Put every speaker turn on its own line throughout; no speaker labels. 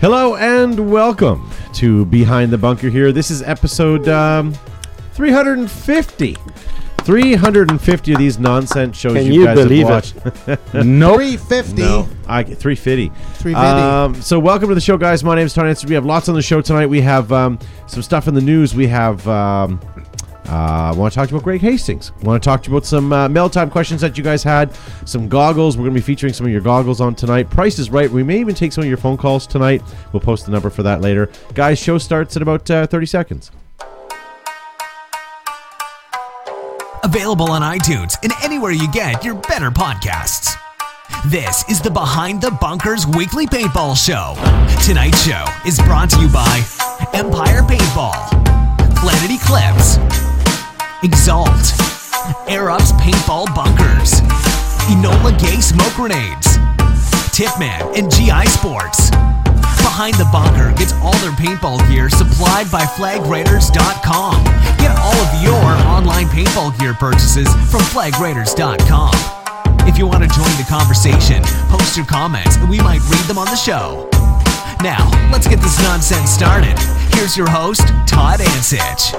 Hello and welcome to Behind the Bunker here. This is episode um, 350. 350 of these nonsense shows
Can
you,
you
guys
believe
have watched.
it? Nope.
350.
No, I get 350.
350.
Um, so welcome to the show, guys. My name is Tony Anson. We have lots on the show tonight. We have um, some stuff in the news. We have. Um, uh, want to talk to you about Greg Hastings. Want to talk to you about some uh, mail time questions that you guys had. Some goggles. We're going to be featuring some of your goggles on tonight. Price is right. We may even take some of your phone calls tonight. We'll post the number for that later, guys. Show starts in about uh, thirty seconds.
Available on iTunes and anywhere you get your better podcasts. This is the Behind the Bunkers Weekly Paintball Show. Tonight's show is brought to you by Empire Paintball, Planet Eclipse, Exalt, Air Ups Paintball Bunkers, Enola Gay Smoke Grenades, Tipman and GI Sports. Behind the Bunker gets all their paintball gear supplied by FlagRaiders.com. Get all of your online paintball gear purchases from FlagRaiders.com. If you want to join the conversation, post your comments and we might read them on the show. Now, let's get this nonsense started. Here's your host, Todd Ansich.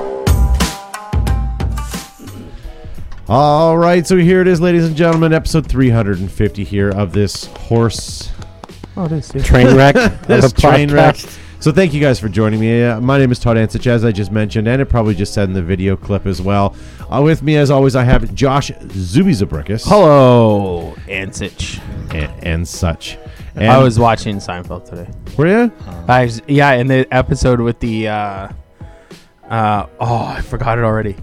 All right, so here it is, ladies and gentlemen, episode 350 here of this horse Oh,
Train wreck.
this
of a
train wreck.
podcast.
So thank you guys for joining me. Uh, my name is Todd Ansich, as I just mentioned, and it probably just said in the video clip as well. Uh, with me, as always, I have Josh Zubizabrikis.
Oh. Hello, Ansich.
And, and such. And
I was watching Seinfeld today.
Were you?
I was, yeah, in the episode with the uh, uh, oh, I forgot it already.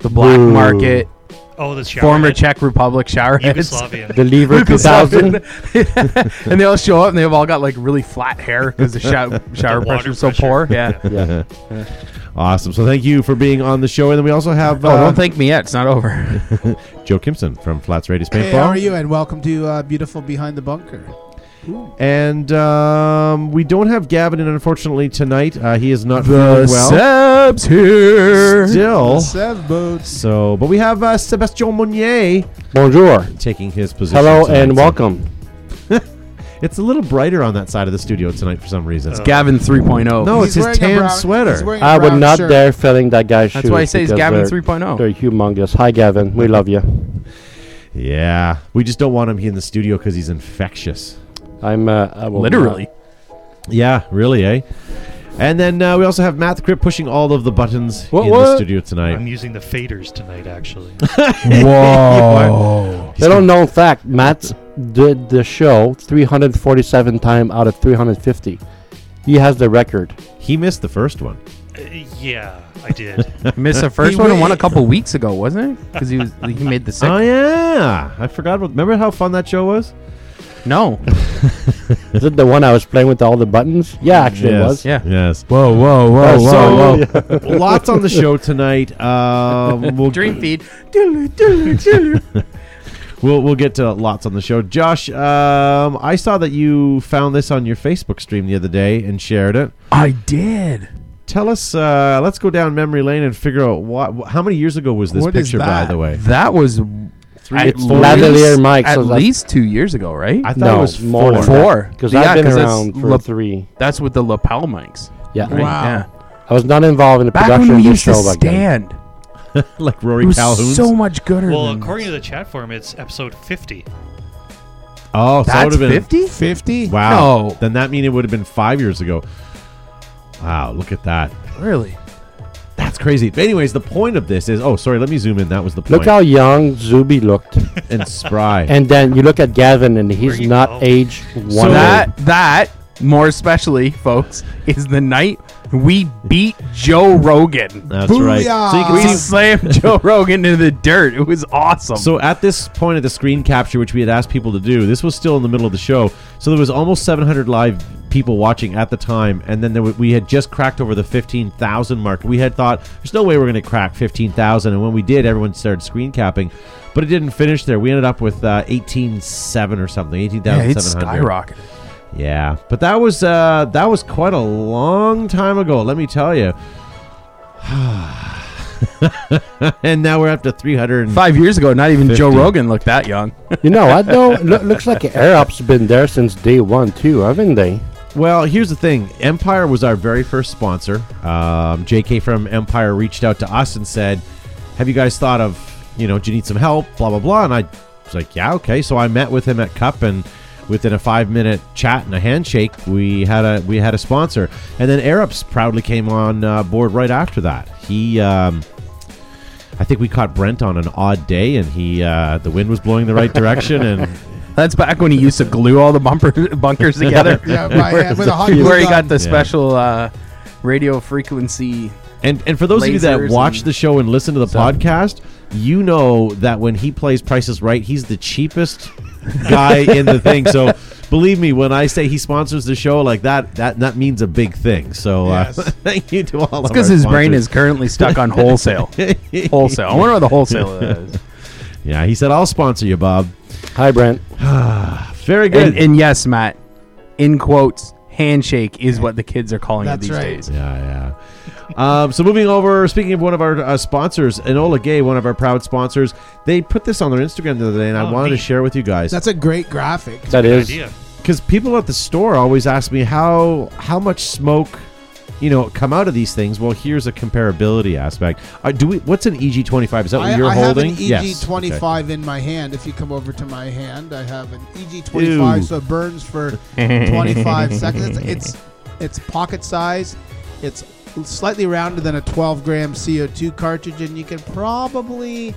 The black market,
Oh, the shower
former
head.
Czech Republic shower
Yugoslavian.
The lever 2000. and they all show up and they've all got like really flat hair because the shower, shower
water
pressure is so
pressure.
poor. Yeah.
Awesome. So thank you for being on the show. And then we also have
Oh,
uh,
don't thank me yet. It's not over.
Joe Kimson from Flats Radius Paintball.
Hey, how are you? And welcome to uh, beautiful Behind the Bunker.
And um, we don't have Gavin in, unfortunately, tonight. Uh, he is not feeling well.
Seb's here.
Still.
Sev boats.
So, but we have uh, Sebastian Monnier
Bonjour.
taking his position.
Hello
tonight.
and
So
welcome.
It's a little brighter on that side of the studio tonight for some reason.
Oh.
Gavin oh. 3.0.
No, Oh, it's his tan sweater.
I would not dare filling that guy's shoes.
That's why I say he's
because
Gavin oh.
they're-
3.0.
They're humongous. Hi, Gavin. We love you.
Yeah, we just don't want him here in the studio because he's infectious.
I'm uh, I will
Literally.
Yeah, really, eh? And then uh, we also have Matt the Crip pushing all of the buttons
What-
in the
what?
studio tonight.
I'm using the faders tonight, actually. Uh,
Not, little known fact: Matt did the show 347 time out of 350. He has the record.
He missed the first one.
Uh, yeah, I did.
Missed the first one and won a couple weeks ago, wasn't it? Because he was he made the
Oh
second.
yeah, I forgot. About, remember how fun that show was?
No.
Is it the one I was playing with all the buttons? Yeah, actually it was.
Yeah.
Yes.
Whoa, whoa, whoa,
so
Uh,
lots on the show tonight. Um, we'll
Dream feed.
We'll we'll get to lots on the show. Josh, um, I saw that you found this on your Facebook stream the other day and shared it.
I did.
Tell us. Uh, let's go down memory lane and figure out what. How many years ago was this
What is
picture? By
that?
the way,
That was three. At
It's lavalier mic,
At
so that's-
least two years ago, right?
I thought
No,
it was
more
four.
than
Four.
Because
Yeah,
I've been
'cause that's
around for
lap-
three.
that's with the lapel mics.
Yeah.
Right?
Wow.
Yeah.
I was not involved in the
Back
production
when we
of this
used to
show back then.
stand,
like
it
Rory
was
Calhoun's.
so much gooder.
well,
than
according to the chat forum, it's episode 50.
oh, so it would
that's
have been
fifty.
50?
wow.
No.
Then that mean it would have been five years ago. Wow, look at that.
Really?
That's crazy. But anyways, the point of this is. Oh, sorry. Let me zoom in. That was the point.
Look how young Zuby looked.
and spry.
And then you look at Gavin, and he's
Pretty
not
cool.
age one.
So
day.
that that more especially, folks, is the night we beat Joe Rogan.
that's right. So you
we
can see
slammed Joe Rogan into the dirt. It was awesome.
So at this point of the screen capture, which we had asked people to do, this was still in the middle of the show. So there was almost 700 live people watching at the time, and then there w- we had just cracked over the 15,000 mark. We had thought there's no way we're going to crack 15,000, and when we did, everyone started screen capping, but it didn't finish there. We ended up with uh, 18,700 or something,
yeah, it's
18,700.
skyrocketed.
Yeah, but that was uh, that was quite a long time ago. Let me tell you. and now we're up to 300. and-
Five years ago, not even Joe
50.
Rogan looked that young.
You know what though? Lo- looks like Air Up's been there since day one too, haven't they?
Well, here's the thing. Empire was our very first sponsor. Um, JK from Empire reached out to us and said, "Have you guys thought of, you know, do you need some help?" Blah blah blah. And I was like, "Yeah, okay." So I met with him at Cup, and within a five minute chat and a handshake, we had a we had a sponsor. And then Arabs proudly came on uh, board right after that. He. Um, I think we caught Brent on an odd day, and he uh, the wind was blowing the right direction, and
That's back when he used to glue all the bumper bunkers together.
Yeah, by
where,
hand with a hot glue
where he
gun.
got the
Yeah.
special uh, radio frequency.
And and for those of you that
Lasers
watch
and
the show and listen to the
stuff.
podcast, you know that when he plays Prices Right, he's the cheapest guy in the thing. So believe me when I say he sponsors the show like that, that that means a big thing. So uh,
Yes.
thank you to all of
Because
our
his brain
sponsors.
is currently stuck on wholesale. wholesale. I wonder what the wholesale of that is.
Yeah, he said I'll sponsor you, Bob.
Hi, Brent.
Very good.
And, and yes, Matt, in quotes, handshake is what the kids are calling it
That's
these
right.
days.
Yeah, yeah. Um, so moving over, speaking of one of our uh, sponsors, Enola Gay, one of our proud sponsors, they put this on their Instagram the other day, and I
Oh,
wanted to
neat.
share with you guys.
That's a great graphic.
That is.
Idea.
because people at the store always ask me how how much smoke you know come out of these things well here's a comparability aspect uh, do we what's an eg25 is that what
I,
you're
I
holding
have an E
Yes.
EG25
Okay.
in my hand. If you come over to my hand, I have an EG25,
Ew.
so it burns for 25 seconds. It's it's pocket size. It's slightly rounder than a 12 gram CO2 cartridge, and you can probably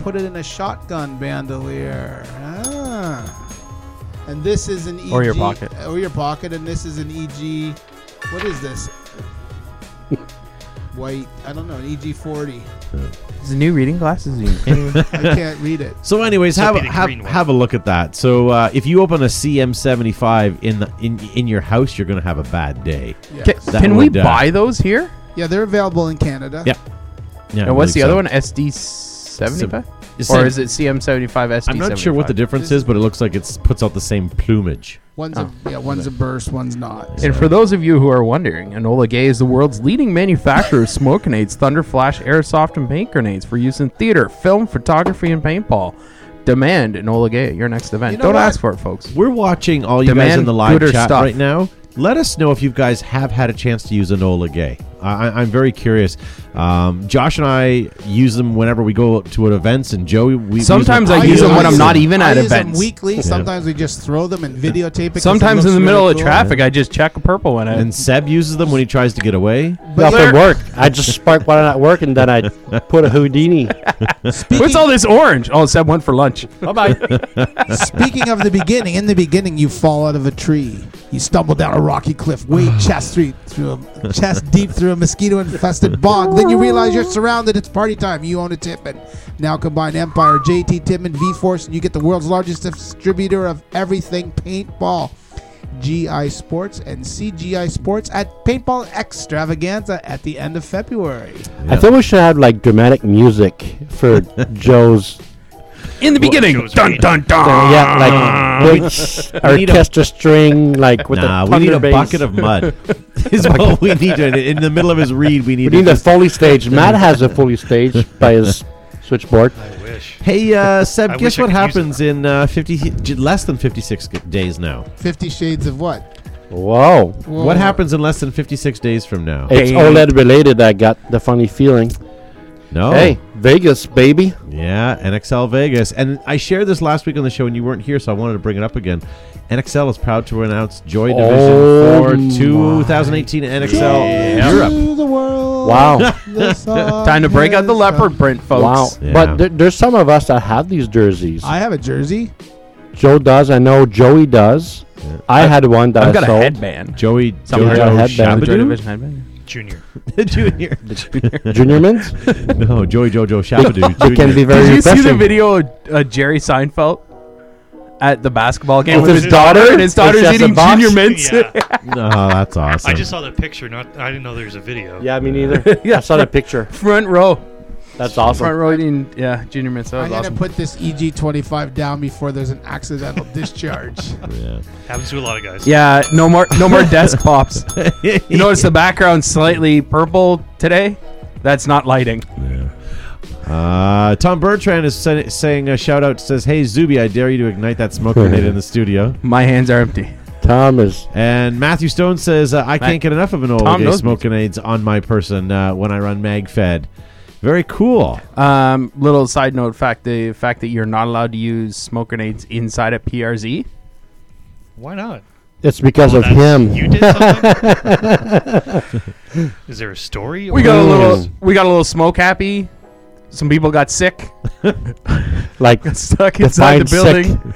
put it in a shotgun bandolier. Ah. And this is an EG
Or your pocket.
or your pocket, and this is an EG. What is this? White. I don't know. An E EG40.
It's new reading glasses.
I can't read it.
so anyways
So
have, a-
be the
have,
green one.
have a look at that so uh, if you open a cm75 in the in, in your house you're gonna have a bad day
Yes.
That
Can we
would, uh,
buy those here?
Yeah, they're available in Canada.
Yeah. yeah I
and what's the
believe
other
so.
one? SD seventy five,
It's
or
same-
is it CM seventy five SD?
i'm not sure what the difference is but it looks like it puts out the same plumage
One's
Oh.
a yeah, one's a burst, one's not.
And for those of you who are wondering, Enola Gay is the world's leading manufacturer of smoke grenades, thunder flash, airsoft, and paint grenades for use in theater, film, photography, and paintball. Demand Enola Gay at your next event.
You know
Don't
what?
ask for it, folks.
We're watching all you guys
Demand
in the live
gooder
chat
stuff.
right now. Let us know if you guys have had a chance to use Enola Gay. I, I- I'm very curious. Um, Josh and I use them whenever we go to an events, and Joey. We
Sometimes I use
them
them when I'm not
them-
even at
I use them
events.
weekly. Sometimes we just throw them and videotape it. 'cause it
Sometimes in
looks
the middle
really
of
cool.
traffic, I just check a purple one. out.
And Seb uses them when he tries to get away.
But
Nothing
Larry-
work. I just spark one at work, and then I put a Houdini.
What's all this orange? Oh, Seb went for lunch. Bye bye.
Speaking of the beginning, in the beginning, you fall out of a tree. You stumble down a rocky cliff, wade chest through, through a, chest deep through a mosquito-infested bog. Then you realize you're surrounded. It's party time. You own a Tippin. Now combine Empire, JT Tippin, V-Force, and you get the world's largest distributor of everything paintball. GI Sports and CGI Sports at Paintball Extravaganza at the end of February.
I think we should have like dramatic music for Joe's.
In the beginning,
Joe's
dun
right.
dun dun.
yeah, like big orchestra string, like with
nah,
the
we need
thunder
a
bass.
bucket of mud. is what we need to. In the middle of his read, we need.
We need
to
a Foley stage. Matt has a Foley stage by his switchboard.
I wish.
hey, uh, Seb,
I
guess
wish I
what
could use them.
happens in uh, fifty j- less than fifty-six g- days now?
Fifty Shades of what?
Whoa.
What happens in less than fifty-six days from now?
It's
Mm. Hey.
OLED related. I got the funny feeling.
Oh.
no.
Hey, Vegas, baby.
Yeah, NXL Vegas. And I shared this last week on the show and you weren't here, so I wanted to bring it up again. NXL is proud to announce Joy Division
Oh
for
my
2018 NXL Europe.
The world.
Wow.
Time
Time
to break out the leopard print,
Wow.
folks.
Yeah.
But there, there's some of us that have these jerseys.
I have a jersey.
Joe does. I know Joey does. I, had one that
I've
I
got a
sold.
headband.
Joey
Someone
Jojo
got a headband.
The Joy
Shabadoo?
Division headband.
Junior.
Junior.
Junior Mints?
No, Joey Jojo Shabadoo.
They can
Junior.
be very
Did you see
refreshing.
the video of uh, Jerry Seinfeld at the basketball game
With his daughter?
and his daughter's
It's just a
eating
box?
junior mints?
Yeah.
No, Oh, that's awesome.
I just saw the picture. Not. I didn't know there was a video.
Yeah, me neither.
Yeah.
I saw the picture.
Front row,
That's
front
awesome.
row eating yeah junior mints. That
I'm
was
gonna
awesome.
put this EG25 down before there's an accidental discharge.
Yeah.
Happens to a lot of guys.
Yeah, no more no more desk pops. You notice the background slightly purple today. That's not lighting.
Uh, Tom Bertrand is sen- saying a shout out says, Hey, Zuby, I dare you to ignite that smoke grenade in the studio.
My hands are empty.
Tom is
And Matthew Stone says, uh, I can't get enough of an old gay
knows
smoke grenades on my person uh, when I run MagFed. Very cool.
Um, little side note fact: the fact that you're not allowed to use smoke grenades inside a PRZ.
Why not?
it's because
Oh,
of
That's-
him.
You did something. Is there a story?
We
or-
got a
Ooh.
little. We got a little smoke happy. Some people got sick,
like
got stuck inside the
Define sick.
building,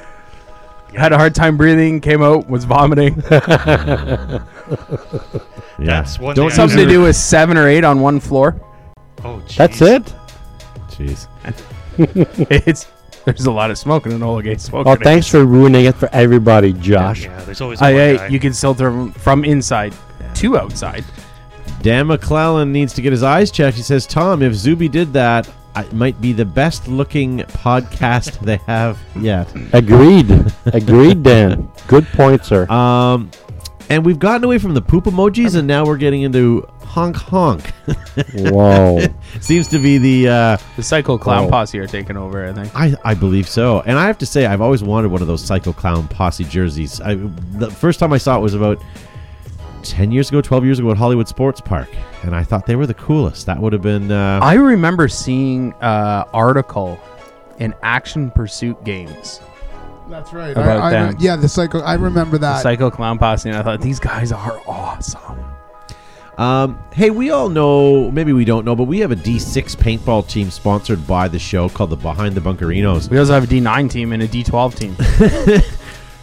had a hard time breathing, came out, was vomiting.
Yeah.
That's one
Don't
thing I
Something to
never-
do with seven or eight on one floor.
Oh, geez.
that's it.
Jeez.
It's there's a lot of smoke in an Oligate smoke.
Well,
grenade.
Oh, thanks for ruining it for everybody, Josh.
Yeah, there's always.
I,
one
I-
guy.
you can still throw 'em from inside to outside.
Dan McClellan needs to get his eyes checked. He says, Tom, if Zuby did that, it might be the best looking podcast they have yet.
Agreed. Agreed, Dan. Good point, sir.
Uh,
Um, and we've gotten away from the poop emojis, and now we're getting into honk honk.
Whoa.
Seems to be the uh,
The Psycho Clown
Oh.
Posse are taking over. I think.
I I believe so. And I have to say, I've always wanted one of those Psycho Clown Posse jerseys. I, the first time I saw it was about ten years ago, twelve years ago at Hollywood Sports Park, and I thought they were the coolest. That would have been uh,
I remember seeing uh, article in Action Pursuit Games,
That's right.
About
I, I, re-
them.
yeah, the psycho. I remember
the
that.
Psycho Clown Posse, and I thought these guys are awesome.
Um, hey, we all know, maybe we don't know, but we have a D6 paintball team sponsored by the show called the Behind the Bunkerinos.
We also have a D9 team and a D12 team.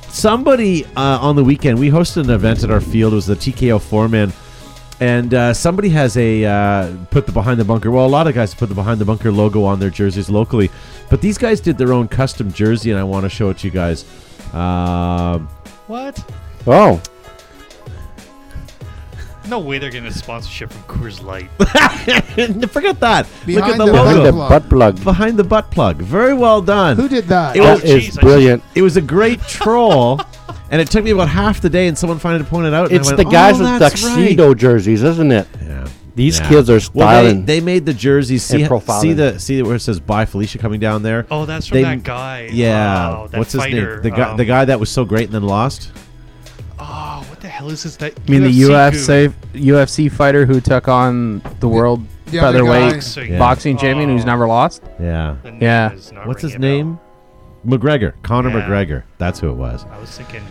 Somebody uh, on the weekend, we hosted an event at our field. It was the TKO foreman. And uh, somebody has a uh, put the behind the bunker. Well, a lot of guys put the behind the bunker logo on their jerseys locally, but these guys did their own custom jersey, and I want to show it to you guys. Um,
What?
Oh,
No way they're getting a sponsorship from Coors Light.
forget that. Look at
Behind
the,
the
logo
behind the
plug.
butt plug.
behind the butt plug. Very well done.
Who did that?
It
That
was- Oh,
is
jeez, I-
brilliant.
It was a great troll, and it took me about half the day, and someone finally pointed out. and I
It's
went,
the guys
"Oh,
with
that's right."
tuxedo jerseys, isn't it?
Yeah.
These
Yeah.
kids are
Well, they,
styling.
they made the jerseys. See,
and profiling.
see the see where it says "Bye Felicia" coming down there.
Oh, that's from
They-
that guy.
Yeah.
Wow, that
What's his
fighter,
name? The guy. the
um,
guy that was so great and then lost.
Oh, what the hell is this? That
I mean, the
UFC
UFC UFC fighter who took on the world
the other guy.
featherweight
boxing.
Yeah.
boxing champion who's
Oh.
never lost.
Yeah.
The name
Yeah.
is not
What's
ringing
his
a bell.
name? McGregor. Conor
Yeah.
McGregor. That's who it was.
I was thinking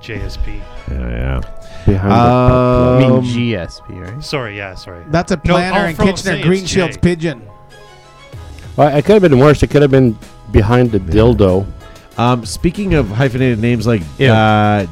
JSP.
Yeah.
behind
yeah.
I mean
Um,
GSP, right?
Sorry, yeah, sorry.
That's a
No,
planner
I'll
and
throw-
Kitchener
say it's
Green
Jay.
Shields pigeon.
the, well, it could have been worse. It could have been behind the dildo.
Um, speaking of hyphenated names like
Ew.
uh,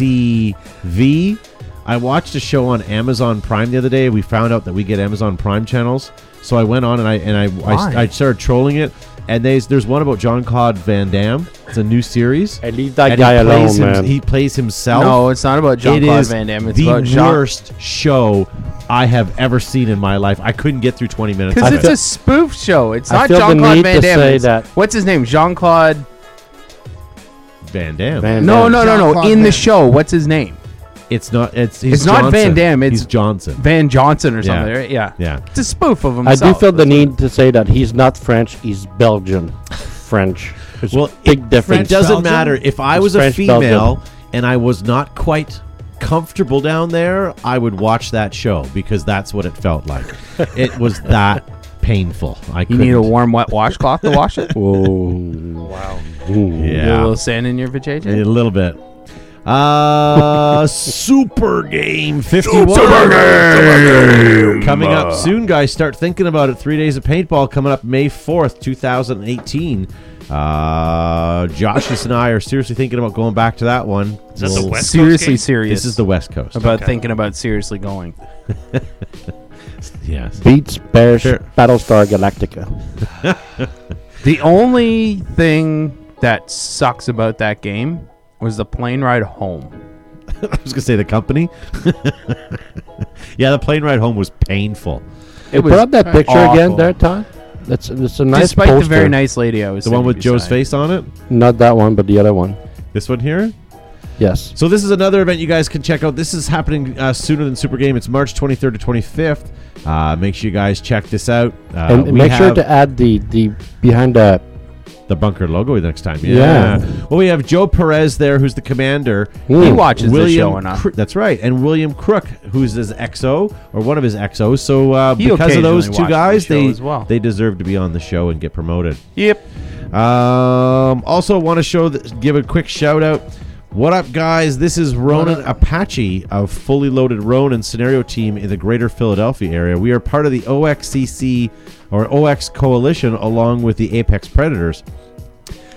JCV, I watched a show on Amazon Prime the other day. We found out that we get Amazon Prime channels, so I went on and I and I,
Why?
I, I started trolling it. And there's there's one about John Claude Van Damme. It's a new series.
And leave that
and
guy
he
alone,
plays him-
man.
He plays himself.
No, it's not about Jean
It
Claude
is
Van Damme. It's
the
about Jean.
worst show I have ever seen in my life. I couldn't get through 20 minutes.
Because
of
it's
it.
a spoof show. It's
I
not
feel the
Jean
need
Claude Van
to
Damme.
say
It's-
that.
What's his name? Jean Claude.
Van Damme.
Van
No,
Damme.
no, no, no.
Jean-Claude
In
Van-
the show, what's his name?
It's not. It's he's
It's not Van
Johnson.
Damme, it's-
he's Johnson.
Van Johnson or
Yeah.
something, right? Yeah.
Yeah.
It's a spoof of
I
himself.
do feel the
That's
need to say that he's not French. He's Belgian. French. There's
Well,
a big difference.
It doesn't
Belgium?
matter. If I
It's
was
French
a
Belgium.
female and I was not quite comfortable down there, I would watch that show because that's what it felt like. it was that painful. I
You
couldn't.
need a warm, wet washcloth to wash it.
Whoa.
Wow.
Get a
Yeah,
little sand in your vajayjay.
a little bit. Uh, Super Game 51. Coming up soon, guys. Start thinking about it. Three days of paintball coming up May 4th, 2018. Uh, Josh and I are seriously thinking about going back to that one.
Is that the
We'll-
West Coast
Seriously
game?
serious.
This is the West Coast.
about
Okay.
thinking about seriously going.
Yes.
Beats Bears
Sure.
Battlestar Galactica.
The only thing that sucks about that game was the plane ride home.
I was gonna say the company. yeah, the plane ride home was painful.
It
Put up that picture again
awful.
there, Todd. That's it's a nice
Despite
poster.
the very nice lady I was
The one
sitting
with Joe's
beside.
face on it.
Not that one, but the other one.
This one here.
Yes.
So this is another event you guys can check out. This is happening uh, sooner than Super Game. It's March 23rd to 25th. Uh, make sure you guys check this out. Uh,
and
we
make sure
have-
to add the the behind the
the bunker logo next time.
Yeah.
Yeah. Well, we have Joe Perez there, who's the commander.
He watches the
William
show enough.
Cro- that's right, and William Crook, who's his XO or one of his XOs. So uh,
He
because of those
occasionally
two
watches the
guys,
show
they
as well.
they deserve to be on the show and get promoted.
Yep.
Um, also, want to show th- give a quick shout out. What up, guys? This is Ronan Apache of Fully Loaded Ronan Scenario Team in the Greater Philadelphia area. We are part of the OXCC or OX Coalition along with the Apex Predators.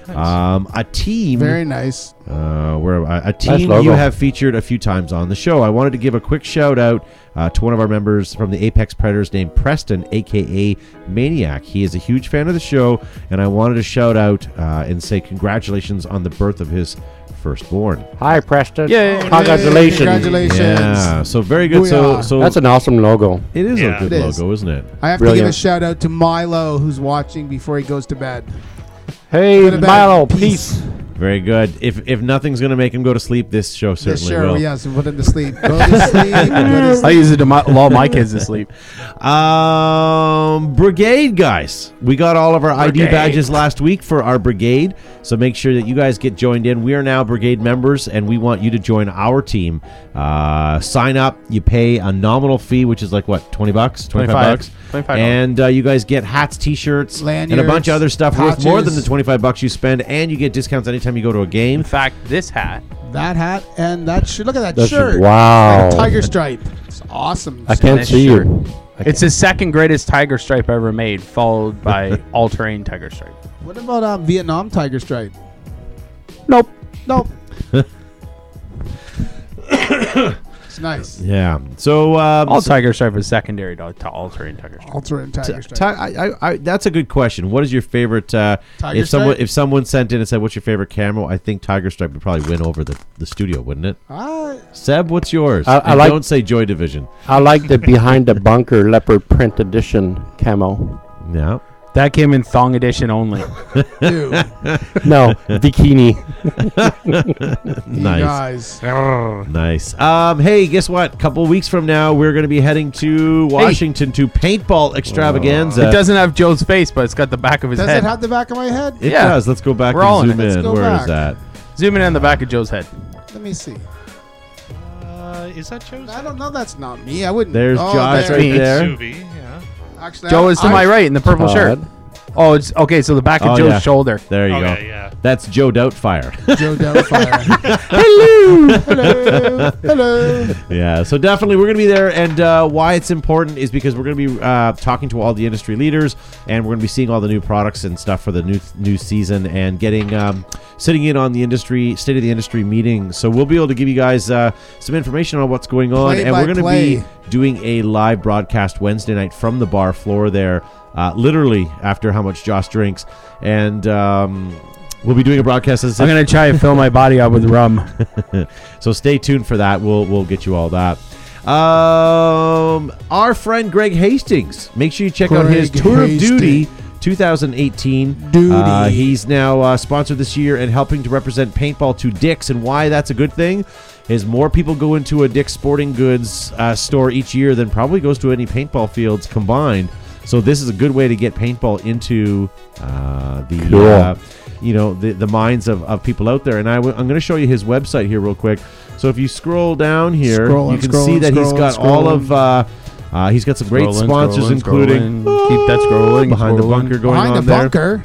Um, a team
Very nice.
uh, where a, a team
logo.
you have featured a few times on the show. I wanted to give a quick shout out uh, to one of our members from the Apex Predators named Preston, aka Maniac. He is a huge fan of the show, and I wanted to shout out uh, and say congratulations on the birth of his firstborn.
Hi, Preston.
Yay.
Congratulations.
Congratulations.
Yeah, so very good. So,
Booyah.
so
That's an awesome logo.
it is
Yeah.
a good
It is.
logo, isn't it?
I have to give a
Brilliant.
shout out to Milo, who's watching before he goes to bed.
Hey,
Go to bed.
Milo, peace.
Very good. If if nothing's gonna make him go to sleep, this show
Yeah,
certainly
sure.
will.
Yes, put him to sleep. Go to sleep. Go to
I
sleep.
use it to my, lull my kids to sleep.
Um, brigade guys, we got all of our ID
Brigade.
badges last week for our brigade. So make sure that you guys get joined in. We are now brigade members, and we want you to join our team. Uh, sign up. You pay a nominal fee, which is like what twenty bucks, twenty five
25.
bucks,
25.
and uh, you guys get hats, t shirts, and a bunch
Lanyards,
of other stuff worth more than
pouches.
the twenty five bucks you spend. And you get discounts anytime you go to a game.
In fact, this hat.
That hat and that shirt. Look at that
That's-
shirt.
wow.
Tiger stripe. It's awesome.
I can't
Nice
see
shirt.
you. I
It's his second greatest tiger stripe ever made, followed by all terrain tiger stripe.
What about uh, Vietnam Tiger stripe?
Nope.
Nope. it's nice.
Yeah. So um,
All
so-
tiger stripe is secondary to, to all terrain tiger stripe.
Ultra and Tiger stripe.
Ti- I, I, I, that's a good question. What is your favorite? Uh,
Tiger
if someone
Stripe?
if someone sent in and said, "What's your favorite camera?" I think Tiger Stripe would probably win over the, the studio, wouldn't it?
Ah,
Seb, what's yours?
I- I
And
like-
don't say Joy Division.
I like the behind the bunker leopard print edition camo.
Yeah.
That came in thong edition only.
dude.
No, bikini.
Nice.
Nice. guys.
Uh,
Nice. Um, hey, guess what? couple weeks from now, we're going to be heading to Washington to paintball extravaganza.
it doesn't have Joe's face, but it's got the back of his
Does
head.
it have the back of my head?
It
Yeah.
does. Let's go back
We're all
and
in
zoom
it.
in.
Let's
Where is
go back.
that?
Zoom in on the back of Joe's head.
Let me see.
Uh, is that Joe's?
I don't know. That's not me. I wouldn't.
There's
oh,
Josh
there.
right
me.
there.
Suvi, yeah.
Actually,
Joe
I-
is to
I-
my right in the purple shirt.
Todd.
Oh, it's okay. So the back of
Oh,
Joe's
yeah.
shoulder.
There you
okay,
go.
yeah.
That's Joe Doubtfire.
Joe Doubtfire. hello, hello, hello.
Yeah, so definitely we're going to be there. And uh, why it's important is because we're going to be uh, talking to all the industry leaders and we're going to be seeing all the new products and stuff for the new new season and getting um, sitting in on the industry state of the industry meeting. So we'll be able to give you guys uh, some information on what's going on.
Play
and
by
we're going
play.
to be doing a live broadcast Wednesday night from the bar floor there, uh, literally after how much Josh drinks. And. Um, We'll be doing a broadcast. As I
I'm gonna try and fill my body up with rum.
so stay tuned for that. We'll we'll get you all that. Um, our friend Greg Hastings. Make sure you check out his
Greg
tour of duty.
Hastings.
2018.
Duty.
Uh, he's now uh, sponsored this year and helping to represent paintball to Dick's. And why that's a good thing is more people go into a Dick's Sporting Goods uh, store each year than probably goes to any paintball fields combined. So this is a good way to get paintball into uh, the
Cool.
uh, you know the, the minds of, of people out there and I w- i'm going to show you his website here real quick so if you scroll down here
Scrolling,
you can
scrolling,
see that he's
scrolling,
got all of uh, uh, he's got some great
Scrolling,
sponsors
scrolling,
including
scrolling. Keep that scrolling,
behind the
scrolling.
bunker going
behind the
on there
bunker.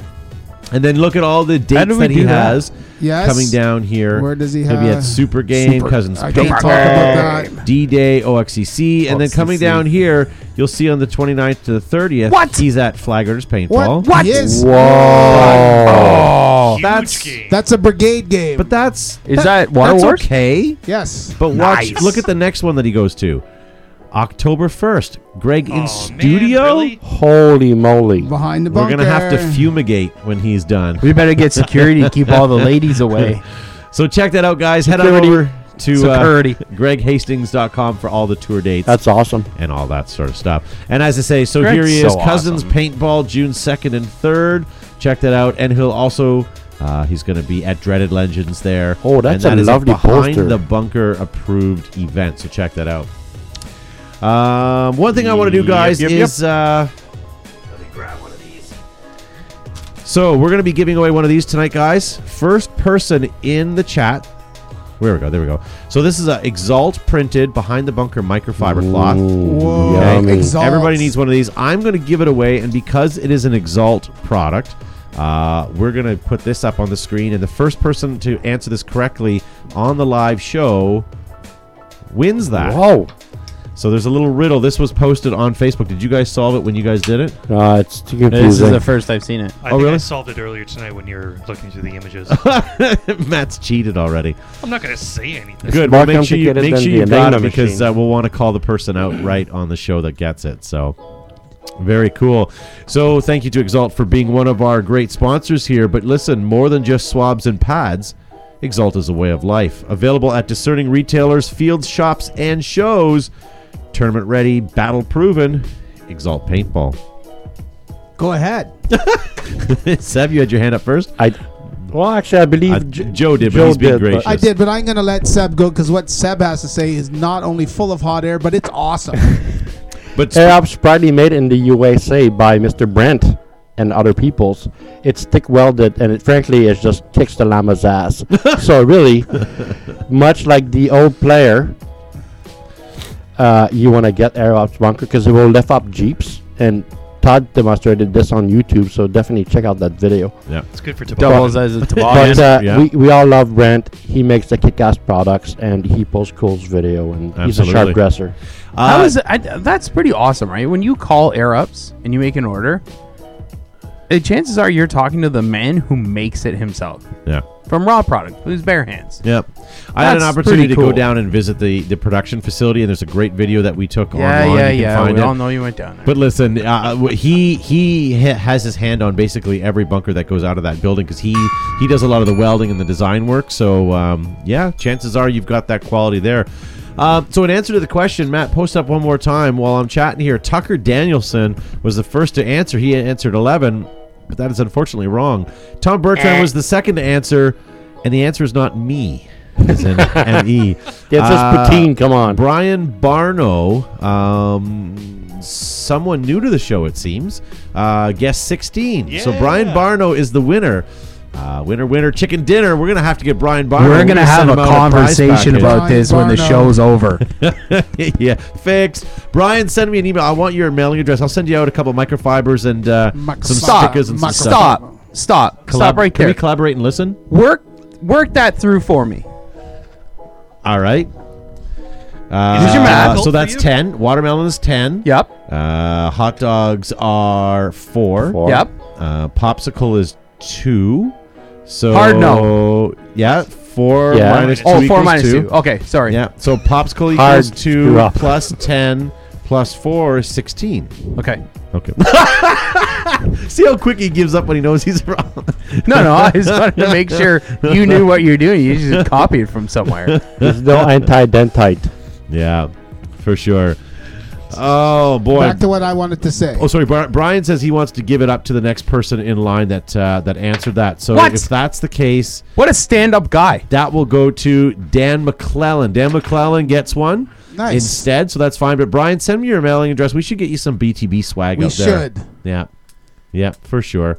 and then look at all the
do
dates
we
that he
do that?
has
Yes.
coming down here
Where does he
He'll be
have-
at super game
Super-
cousins
I
Paint
can't talk
Talk,
about that.
d-day oxcc and then coming
OXCC.
down here you'll see on the 29th to the 30th
What?
he's at flaggers paintball
What? He is-
Whoa.
Oh.
Huge
that's-
game.
That's a brigade game.
but that's
Is that Water
that's
Wars?
okay
yes.
But watch,
Nice.
look at the next one that he goes to. October 1st, Greg in
Oh,
studio. Oh,
Man, really?
Holy moly.
behind the
We're
bunker.
going to have to fumigate when he's done.
We better get security to keep all the ladies away.
So check that out, guys. Head on
Security.
over to uh,
Security.
greghastings.com for all the tour dates
That's awesome.
and all that sort of stuff. And as I say, so
Greg's
here he
so
is, Cousins
awesome.
Paintball, June 2nd and 3rd. Check that out. And he'll also. Uh, he's going to be at Dreaded Legends there.
Oh, that's
and
a
that is
lovely
behind
poster.
the bunker approved event. So check that out. Um, uh, one thing I want to do, guys,
yep, yep.
is uh, So we're gonna be giving away one of these tonight, guys. First person in the chat. Where we go? There we go. So this is a Exalt printed behind the bunker microfiber cloth.
Whoa.
Okay.
Mm, Yummy.
Exalt.
Everybody needs one of these. I'm going to give it away, and because it is an Exalt product, uh, we're going to put this up on the screen, and the first person to answer this correctly on the live show wins that.
Whoa.
So there's a little riddle. This was posted on Facebook. Did you guys solve it when you guys did it?
Uh, it's too confusing.
This is the first I've seen it.
I
Oh,
think I
really?
solved it earlier tonight when you were looking through the images.
Matt's cheated already.
I'm not going to say anything.
Good. Well,
Mark
make
him
sure
to
you
get it,
make
then
sure
the
you got
Enigma
it because
machine.
uh, we'll want to call the person out right on the show that gets it. So. Very cool. So, thank you to Exalt for being one of our great sponsors here. But listen, more than just swabs and pads, Exalt is a way of life. Available at discerning retailers, fields, shops, and shows. Tournament ready, battle proven. Exalt paintball.
Go ahead.
Seb, you had your hand up first.
I, well, actually, I believe
Uh,
J-
Joe did, but he's been gracious.
I
Yes.
did, but I'm going to let Seb go because what Seb has to say is not only full of hot air, but it's awesome.
But
Air Up Sprightly made in the USA by Mr. Brent and other peoples. It's thick welded and it frankly it just kicks the llama's ass. so really, much like the old player, uh, you want to get Air Up's bunker because it will lift up jeeps. And Todd demonstrated this on YouTube, so definitely check out that video.
It's good for tobacco.
Doubles as a
But
toboggan.
uh,
Oh, yeah.
we, we all love Brent. He makes the kick-ass products and he posts Cool's video, and he's a
Absolutely.
sharp dresser.
How is I, that's pretty awesome, right? When you call Air Ups and you make an order, the chances are you're talking to the man who makes it himself
yeah.
from raw product, who's bare hands.
Yep. I had an
That's
opportunity
pretty
to go
cool.
down and visit the, the production facility, and there's a great video that we took
Yeah,
online.
yeah,
you can
yeah.
Find
We
it.
all know you went down there.
But listen, uh, w- he he ha- has his hand on basically every bunker that goes out of that building because he he does a lot of the welding and the design work. So um, yeah, chances are you've got that quality there. Uh, so in answer to the question, Matt, post up one more time while I'm chatting here. Tucker Danielson was the first to answer. He answered 11, but that is unfortunately wrong. Tom Bertrand was the second to answer, and the answer is not me. As in M-E.
Yeah, it's
Uh,
just poutine. Come on.
Brian Barno, um, someone new to the show, it seems, uh, guest 16. So Brian
Yeah.
Barno is the winner. Uh, winner, winner, chicken dinner. We're going to have to get Brian Barno.
We're gonna have
send
a
him out prize
conversation
package.
about
Fine,
this when the
Barno.
show's over.
yeah, fixed. Brian, send me an email. I want your mailing address. I'll send you out a couple microfibers and uh,
Microfiber.
some
Stop.
stickers and some
Microfiber.
stuff.
Stop. Stop. Stop
Collab-
right
Can
there.
we collaborate and listen?
work work that through for me.
All right. Uh,
Is your math
So
helpful
that's
you?
10. Watermelon is 10.
Yep.
Uh, hot dogs are four.
Four.
Yep.
Uh, popsicle is two. So
Hard no.
Yeah, four
Yeah.
minus two
Oh, four
equals
minus
two.
two. Okay, sorry.
Yeah. So popsicle
Hard
equals two
screw up.
plus ten plus four is sixteen.
Okay.
Okay. See how quick he gives up when he knows he's wrong.
No, no, I just wanted to make sure you knew what you're doing. You just copied from somewhere.
There's no anti-dentite.
yeah, for sure. Oh boy.
Back to what I wanted to say.
Oh, sorry. Bri- Brian says he wants to give it up to the next person in line that uh, that answered that. So
What?
if that's the case,
What a stand-up guy.
That will go to Dan McClellan. Dan McClellan gets one
Nice.
instead, so that's fine. But Brian, send me your mailing address. We should get you some BTB swag
We
out there.
should.
Yeah. Yeah, for sure.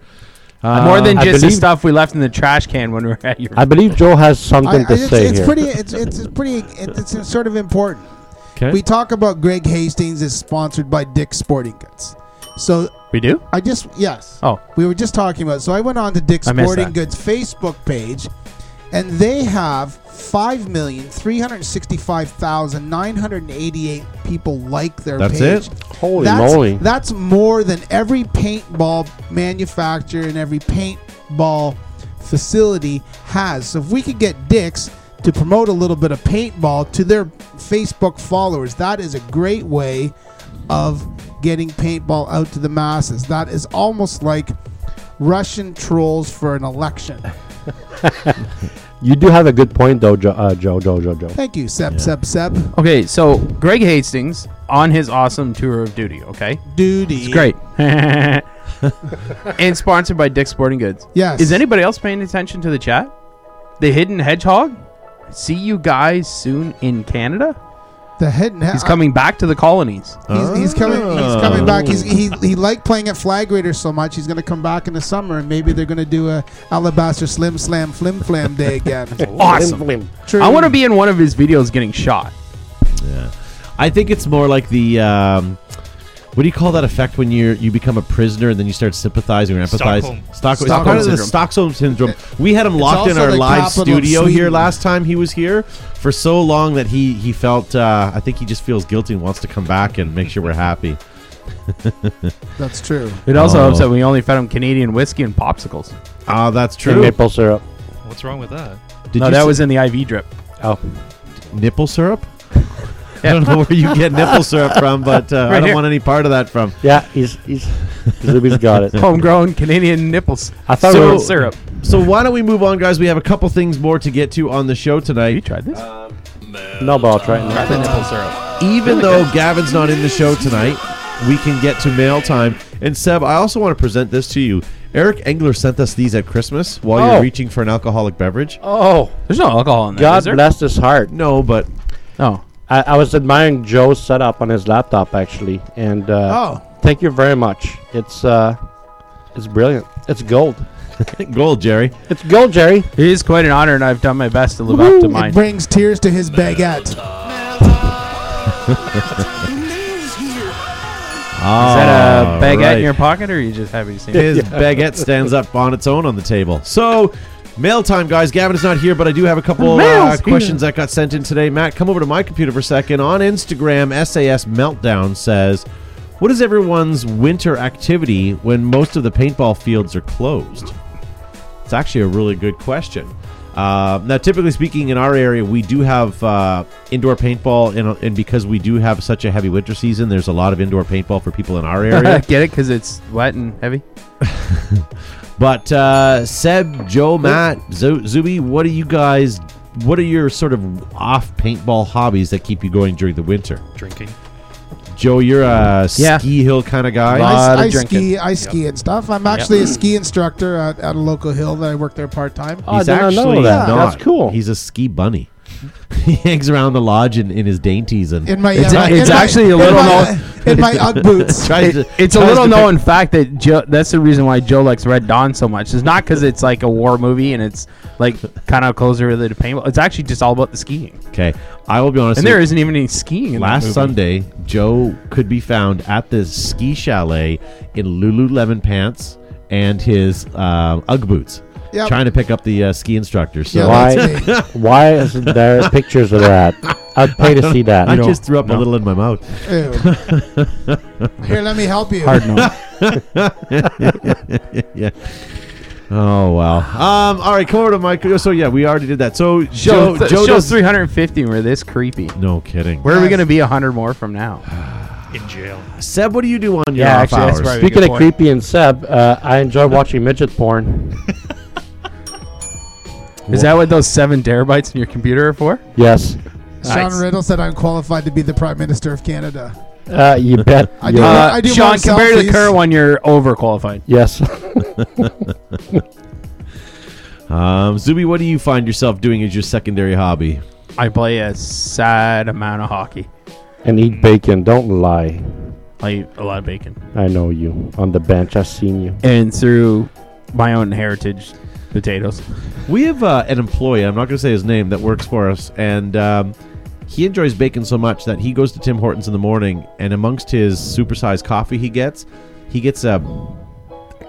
Uh,
More than
I
just the
believe-
stuff we left in the trash can when we were at your.
I believe Joe has something
I, I,
to
it's,
say
it's
here.
pretty. It's it's it's pretty. It's, it's sort of important.
Okay.
We talk about Greg Hastings is sponsored by Dick's Sporting Goods. So
we do.
I just yes.
Oh.
We were just talking about. So I went on to Dick's
I missed
Sporting
that.
Goods Facebook page, and they have five million three hundred sixty-five thousand nine hundred eighty-eight people like their
That's
page.
it?
Holy
that's,
moly!
That's more than every paintball manufacturer and every paintball facility has. So if we could get Dick's to promote a little bit of paintball to their Facebook followers, that is a great way of getting paintball out to the masses. That is almost like Russian trolls for an election.
You do have a good point, though, Joe. Uh, Joe, Joe, Joe, Joe.
Thank you, Seb, Seb, Seb.
Okay, so Greg Hastings on his awesome tour of duty. Okay,
Duty.
it's great. and sponsored by Dick's Sporting Goods.
Yes.
Is anybody else paying attention to the chat? The Hidden Hedgehog. See you guys soon in Canada.
The head and
He's
I-
coming back to the colonies.
He's, he's coming. He's coming back. He's,
Oh.
he he liked playing at Flag Raiders so much. He's going to come back in the summer, and maybe they're going to do a Alabaster Slim Slam Flim Flam Day again.
Awesome.
Flim, flim.
True.
I want to be in one of his videos getting shot.
I think it's more like the um, what do you call that effect when you you become a prisoner and then you start sympathizing or empathizing? Stockholm.
Stockholm.
Stockholm
it's part of the
syndrome.
Stockholm syndrome. We had him locked in
also
our
the
live
capital of
studio here
Sweden.
last time he was here for so long that he he felt uh, I think he just feels guilty and wants to come back and make sure we're happy.
That's true.
It also
Oh.
helps that we only fed him Canadian whiskey and popsicles.
Ah, that's
And
true.
maple syrup.
What's wrong with that?
Did
no,
you
that
s-
was in the IV drip.
Oh,
nipple syrup. I don't know where you get nipple syrup from, but uh, I
Right
don't
here.
want any part of that from.
yeah, he's he's Zuby's got it.
Homegrown Canadian nipples.
I thought
So-
Simple
we were,
syrup.
So why don't we move on, guys? We have a couple things more to get to on the show tonight.
Have you tried this?
Uh, no ball right now.
the nipple syrup.
even though Gavin's not in the show tonight, we can get to mail time. And Seb, I also want to present this to you. Eric Engler sent us these at Christmas while
Oh.
you're reaching for an alcoholic beverage.
Oh,
There's no alcohol in there.
God
is there?
bless his heart.
No, but
No.
I, I was admiring Joe's setup on his laptop actually, and uh,
Oh,
thank you very much. It's uh, it's brilliant. It's gold.
gold, Jerry.
It's gold, Jerry.
It is quite an honor, and I've done my best to live up to
it
mine.
brings tears to his baguette.
Is that a
All
baguette
right.
in your pocket, or are you just happy to see me?
His baguette stands up on its own on the table. So, mail time, guys. Gavin is not here, but I do have a couple uh,
mail's
questions that got sent in today. Matt, come over to my computer for a second. On Instagram, SAS Meltdown says, What is everyone's winter activity when most of the paintball fields are closed? It's actually a really good question. Uh, now, typically speaking, in our area, we do have uh, indoor paintball, and, and because we do have such a heavy winter season, there's a lot of indoor paintball for people in our area.
Get it? Because it's wet and heavy.
But uh, Seb, Joe, Matt, Zo- Zuby, what do you guys? What are your sort of off paintball hobbies that keep you going during the winter?
Drinking.
Joe, you're a
Yeah.
ski hill kind of guy.
Lot
I,
of
I
drinking.
ski. I ski and stuff. I'm actually a ski instructor at, at a local hill that I work there part time.
Oh, I did not know that. That's cool.
He's a ski bunny. he hangs around the lodge in, in his dainties and
In my
It's-
in my-
it's
in my-
actually a
in
little
my, in my UGG boots.
tries
It-
to-
it's a
tries
little
to
known fact that Joe, that's the reason why Joe likes Red Dawn so much. It's not because it's like a war movie and it's like kind of closer related to paintball. It's actually just all about the skiing.
pick- Okay, I will be honest.
And there
with-
isn't even any skiing in that
Last
movie.
Sunday, Joe could be found at the ski chalet in Lululemon pants and his uh, UGG boots,
Yep.
trying to pick up the uh, ski instructor. So
Yeah,
Why?
that's me.
Why isn't there pictures of that? I'd pay to see that.
I just threw up a little in my mouth.
Ew. Here, let me help you.
Hard no.
yeah. Oh wow. Um. All right. Come over to Mike. So yeah, we already did that. So Joe.
Joe, th-
Joe
show's
does.
350 and we're this creepy.
No kidding.
Where are we
Yes.
going to be 100 more from now?
In jail.
Seb, what do you do on your
Yeah,
off
actually, that's
hours?
probably-
Speaking
Good
of
point.
creepy and Seb, uh, I enjoy watching midget porn.
Is that what those seven terabytes in your computer are for? Uh,
Yes.
Sean
Nice.
Riddle said I'm qualified to be the Prime Minister of Canada.
Uh, you bet.
I
you
do.
are.
Uh,
I do more
Sean, compared to
selfies.
the current one, you're overqualified.
yes.
Um. Zuby, what do you find yourself doing as your secondary hobby?
I play a sad amount of hockey.
and eat bacon. Don't lie.
I eat a lot of bacon.
I know you. On the bench, I've seen you.
And through my own heritage, potatoes.
We have uh, an employee. I'm not going to say his name that works for us, and um, he enjoys bacon so much that he goes to Tim Hortons in the morning, and amongst his supersized coffee he gets, he gets a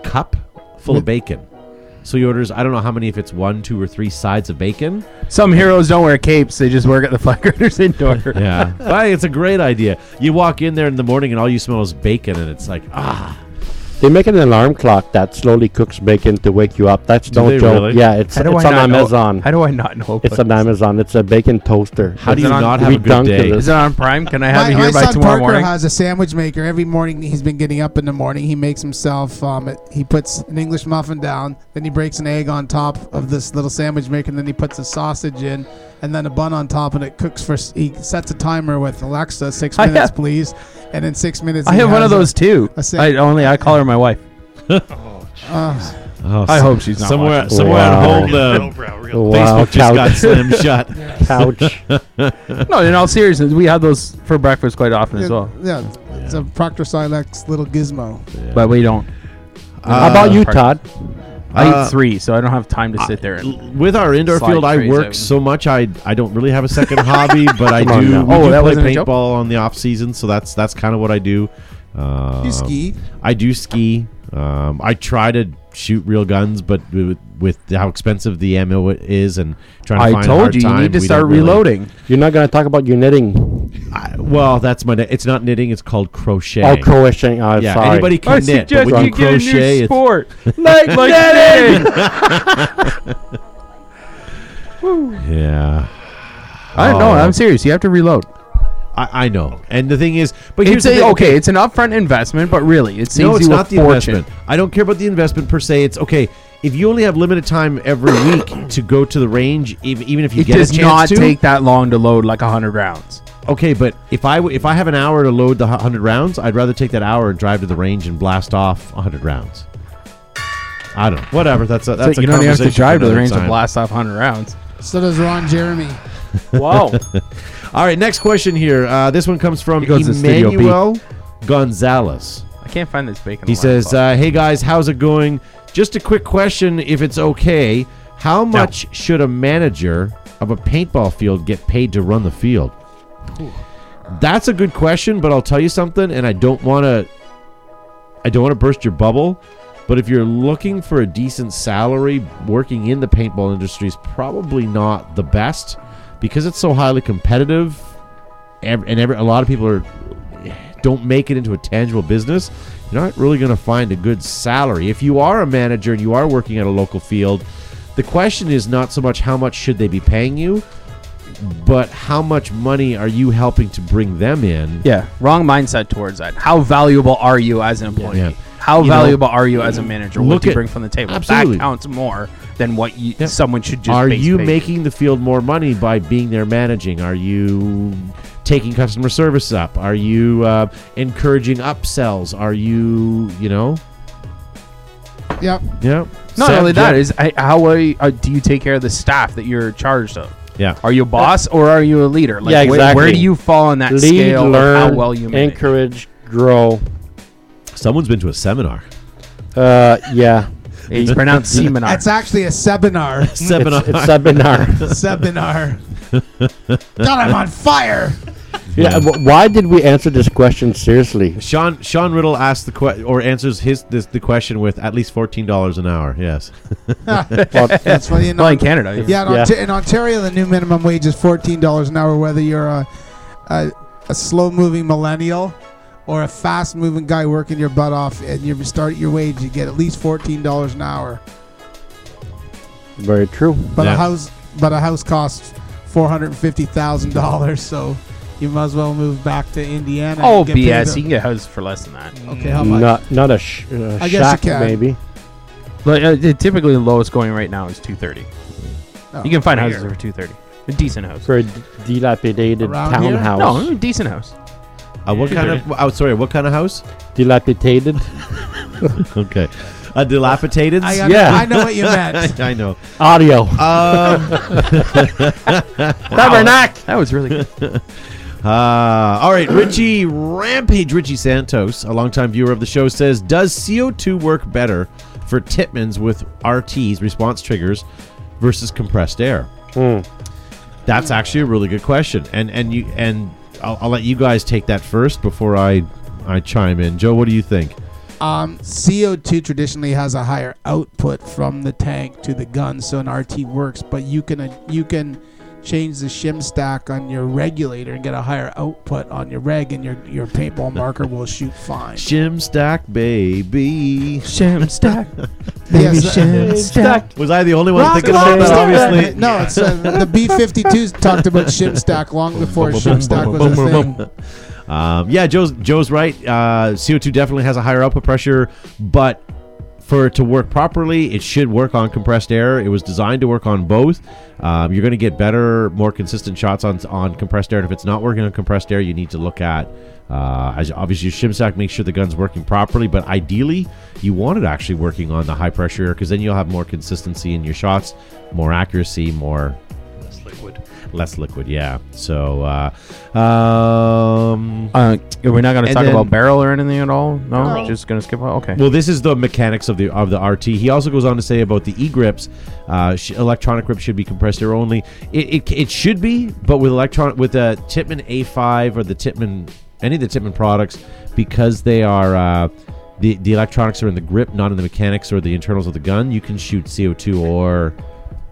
cup full of bacon. So he orders. I don't know how many. If it's one, two, or three sides of bacon.
Some heroes don't wear capes, they just work at the firefighters indoor.
Yeah, but I think it's a great idea. You walk in there in the morning and all you smell is bacon, and it's like, ah,
They make an alarm clock that slowly cooks bacon to wake you up. That's
they
no joke.
really?
Yeah, it's,
How
it's
do
on
I not know-
Amazon.
How do I not know?
It's
about
on
this?
Amazon. It's a bacon toaster.
how do
Is
you
it on-
not
we
have a good
dunked
day?
it.
Is it on Prime? Can I have
my,
it
my
here by
son
tomorrow
Parker
morning?
has a sandwich maker. Every morning he's been getting up in the morning. He makes himself. Um, it, he puts an English muffin down. Then he breaks an egg on top of this little sandwich maker. And then he puts a sausage in, and then a bun on top, and it cooks for. s- He sets a timer with Alexa, six
I
minutes,
have-
please. And in six minutes,
I
he
have one of
has a-
those too.
a sa-
I only I call her my wife.
Oh,
Uh,
Oh,
I hope she's not
somewhere
watching.
somewhere
Wow.
at home
Get
the
the lowbrow real
Wow.
Facebook just got slim shut.
couch. Couch.
Uh,
No, in all seriousness, we have those for breakfast quite often as well,
Yeah, it's a Proctor Silex little gizmo.
but we don't.
How about you,
Pardon.
Todd?
I
Uh,
eat three, so I don't have time to sit there. And,
L- With our indoor
Slide
field, I
trees
work
out.
so much. I I don't really have a second hobby, but I
Come on
do.
now.
We
Oh,
do
that
play
wasn't a joke?
paintball on the off season, so that's that's kind of what I do. Um,
You ski.
I do ski. Um, I try to shoot real guns, but with, with how expensive the ammo is and trying to
I
find a
told
hard
you, you
time,
need to
we
start
don't really-
reloading.
You're not going to talk about your knitting.
I- well, that's my. It's not knitting. It's called crochet.
Oh, crocheting. I'm
yeah,
sorry.
anybody can knit, but when you crochet, it's
sport, like, knitting.
yeah.
I know. I'm serious. You have to reload.
I, I know. And the thing is, but here's
It's
the
a,
thing.
okay. It's an upfront investment, but really, it saves
no, it's
you
not
a
the
fortune.
investment. I don't care about the investment per se. It's okay if you only have limited time every week to go to the range, even, even if you
It
get
does
a chance
not
to.
take that long to load like hundred rounds.
okay, but if I w- if I have an hour to load the hundred rounds, I'd rather take that hour and drive to the range and blast off hundred rounds. I don't know. Whatever. That's a that's
So
a
you don't even have to
conversation for
drive to the
another
range to
time.
blast off hundred rounds.
So does Ron Jeremy.
Whoa!
All right, next question here. Uh, this one comes from
He goes to Studio B.
Emmanuel Gonzalez.
I can't find this bacon.
He
alive
says,
box.
uh, "Hey guys, how's it going? Just a quick question, if it's okay. How much should a manager of a paintball field get paid to run the field?" That's a good question, but I'll tell you something, and I don't want to, I don't want to burst your bubble, but if you're looking for a decent salary, working in the paintball industry is probably not the best because it's so highly competitive, ev- and every, a lot of people are don't make it into a tangible business, you're not really going to find a good salary. If you are a manager and you are working at a local field, the question is not so much how much should they be paying you, but how much money are you helping to bring them in?
yeah, wrong mindset towards that. How valuable are you as an employee?
Yeah.
How
You know,
valuable are you as a manager?
look
What do you
at-
bring from the table?
absolutely.
That counts more than what you,
Yeah.
someone should just.
Are
base
you
pay.
making the field more money by being there managing? Are you taking customer service up? Are you uh, encouraging upsells? Are you, you know,
Yep.
yeah.
Not
Sam,
only that
Jeff-
is I, how are you, uh, do you take care of the staff that you're charged of?
yeah.
Are you a boss or are you a leader? Like,
Yeah,
wh- Where
exactly.
do you fall on that
Lead,
scale
learn,
of how well you manage?
encourage, grow.
Someone's been to a seminar.
Uh, yeah.
It's pronounced seminar.
It's actually a seminar.
Seminar.
It's, it's seminar.
seminar. God, I'm on fire.
yeah. w- Why did we answer this question seriously?
Sean Sean Riddle asks the que- or answers his this, the question with at least fourteen dollars an hour. Yes,
That's why you know.
Well, in Canada, yeah.
Yeah, in,
Yeah.
Onta- in Ontario, the new minimum wage is fourteen dollars an hour, whether you're a a, a slow-moving millennial or a fast-moving guy working your butt off, and you start your wage, you get at least fourteen dollars an hour.
Very true.
But
Yeah.
a house, but a house costs four hundred fifty thousand dollars, so you might as well move back to Indiana.
Oh,
and get paid
BS.
the-
You can get houses for less than that.
Okay, how much?
Not not a sh- uh,
I guess you
shack
can.
maybe.
Like, uh, the- typically, the lowest going right now is 230.
No.
You can find houses
Here.
for 230. A decent house.
For a d- dilapidated
Around here?
townhouse.
No, a decent house.
uh, what kind of? Oh, sorry, what kind of house?
Dilapidated.
Okay, a dilapidated.
I,
I,
under-
Yeah.
I know what you meant.
know.
Audio.
Tabernac. That was really good.
Uh, all right, Richie Rampage Richie Santos, a longtime viewer of the show, says, "Does CO2 work better for Titmans with RTs response triggers versus compressed air?"
Mm.
That's actually a really good question, and and you and I'll, I'll let you guys take that first before I I chime in. Joe, what do you think?
Um, CO2 traditionally has a higher output from the tank to the gun, so an RT works. But you can uh, you can change the shim stack on your regulator and get a higher output on your reg, and your your paintball marker will shoot fine.
Shim stack, baby.
Sham stack.
Yes, uh,
stack.
Was I the only one
Rock
thinking
on,
about that?
stop it.
Obviously.
no. It's uh, the B52s talked about shim stack long before shim stack was a thing.
Um, yeah, Joe's Joe's right. Uh, CO2 definitely has a higher output pressure, but for it to work properly, it should work on compressed air. It was designed to work on both. Um, you're going to get better, more consistent shots on on compressed air. And if it's not working on compressed air, you need to look at uh, as obviously shimsack. Make sure the gun's working properly, but ideally, you want it actually working on the high pressure air because then you'll have more consistency in your shots, more accuracy, more
Less liquid.
less liquid. Yeah. So, uh, um,
Uh, we're not going to
And
talk
then-
about barrel or anything at all. No, we're just going to skip. out? Okay.
Well, this is the mechanics of the of the RT. He also goes on to say about the e grips, uh, sh- electronic grips should be compressed air only. It, it, it should be, but with electron with the Titman A5 or the Titman any of the Titman products, because they are uh, the the electronics are in the grip, not in the mechanics or the internals of the gun. You can shoot CO2 or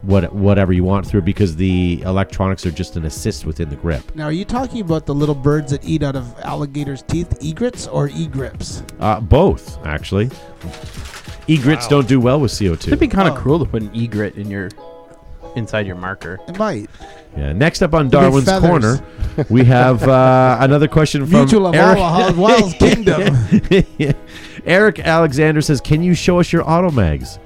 what whatever you want through because the electronics are just an assist within the grip.
Now, are you talking about the little birds that eat out of alligators' teeth, egrets or egrips?
Uh, both actually. E grits
Wow.
don't do well with CO2.
It'd be kind of
Oh.
cruel to put an egret in your inside your marker.
It might.
Yeah. Next up on
The big
Darwin's
feathers.
Corner, we have uh, another question from
Mutual of
Eric.
Allah, Wild's Kingdom.
Eric Alexander says, "Can you show us your auto mags?"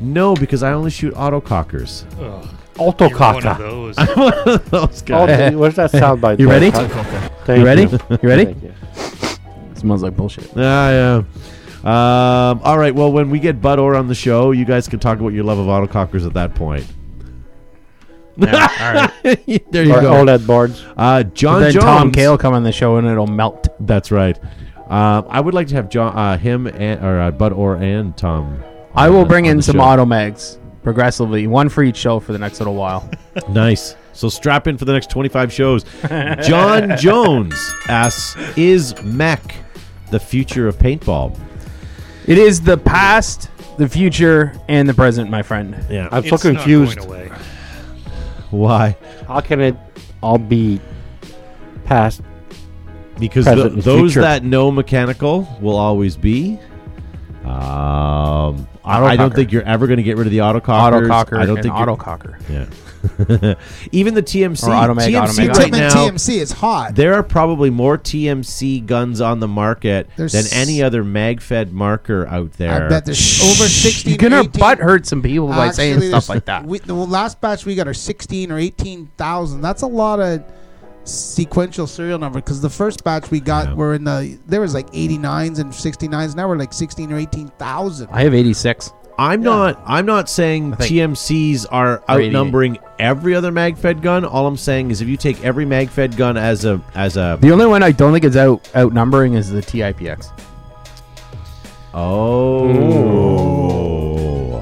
No, because I only shoot autocockers.
Ugh, you're one of
Autococker.
those.
Those guys.
Auto- What's that sound by
You ready?
Thank
You ready? You ready?
Thank you.
smells like bullshit.
Ah, yeah. Um, all right. Well, when we get Bud Orr on the show, you guys can talk about your love of autocockers at that point.
all right.
there you
Or
go.
OLED boards.
Uh, John
Then
Jones.
Tom Kale come on the show and it'll melt.
That's right. Um, I would like to have John, uh, him, and, or uh, Bud Orr and Tom.
I
on
will
the-
bring
on
in
the
some
show.
auto mags progressively, one for each show for the next little while.
Nice. So strap in for the next 25 shows. John Jones asks Is mech the future of paintball?
It is the past, the future, and the present, my friend.
Yeah.
I'm so
It's not
confused.
Going away.
Uh, Why?
How can it all be past?
Because
Present
tho-
and
those
future.
that know mechanical will always be. Um, I, I don't
Autococker.
think you're ever going to get rid of the autocockers.
Autococker
I don't
and
think you're-
autococker.
Yeah. Even the TMC.
Or automag,
TMC
automag,
right
Equipment
now.
TMC is hot.
There are probably more TMC guns on the market
There's-
than any other mag-fed marker out there.
I bet there's over 16
You're gonna
18
butt hurt some people by saying
Actually,
stuff
there's-
like that.
We, the last batch we got are 16 or 18,000. That's a lot of sequential serial number because the first batch we got
Yeah.
were in the there was like 89s and 69s. Now we're like 16 or 18,000.
I have 86.
I'm not. I'm not saying
I think-
TMCs are
Or 88.
outnumbering every other mag-fed gun. All I'm saying is, if you take every mag-fed gun as a as a
The only one I don't think is out outnumbering is the TIPX.
oh,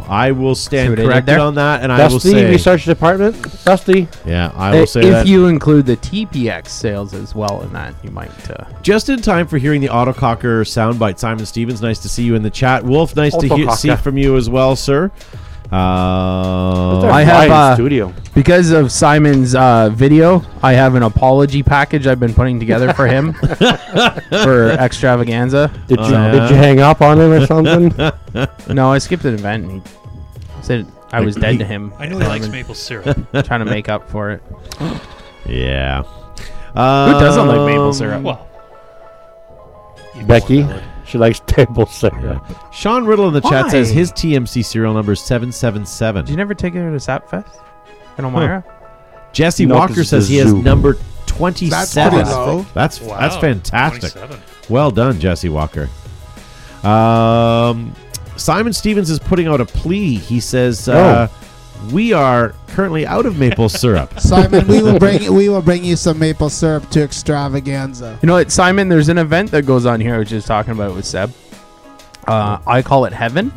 I will
See
stand
what I did
corrected
there?
on that, and I will
Dusty
say,
Research Department. Dusty.
yeah, I
I-
will
Uh, if
say that
you include the TPX sales as well in that, you might. Uh,
just in time for hearing the autococker soundbite. Simon Stevens, nice to see you in the chat. Wolf, nice to hear,
Autococker.
see from you as well, sir. Uh,
I have,
Ryan
uh,
studio.
because of Simon's uh, video, I have an apology package I've been putting together for him for extravaganza.
Did you
Oh,
yeah.
did you hang up on him or something?
No, I skipped an event and he said I was dead to him.
I know
So
he
I've
likes
Um,
been
maple syrup.
Trying to make up for it.
yeah.
Who doesn't like
Um,
maple syrup?
well, even more
Becky.
valid.
She likes table syrup.
Sean Riddle in the chat
Why?
says his TMC serial number is 777.
Did you never take her to Sapfest in Elmira?
Jesse
No, 'cause
Walker
it's
says
the
he has
zoo.
number 27.
That's pretty low.
That's
Wow,
that's fantastic.
27.
Well done, Jesse Walker. Um, Simon Stevens is putting out a plea. He says uh,
Oh.
we are currently out of maple syrup.
Simon, we will bring we will bring you some maple syrup to extravaganza.
You know what, Simon? There's an event that goes on here. I was just talking about it with Seb. Uh, I call it Heaven.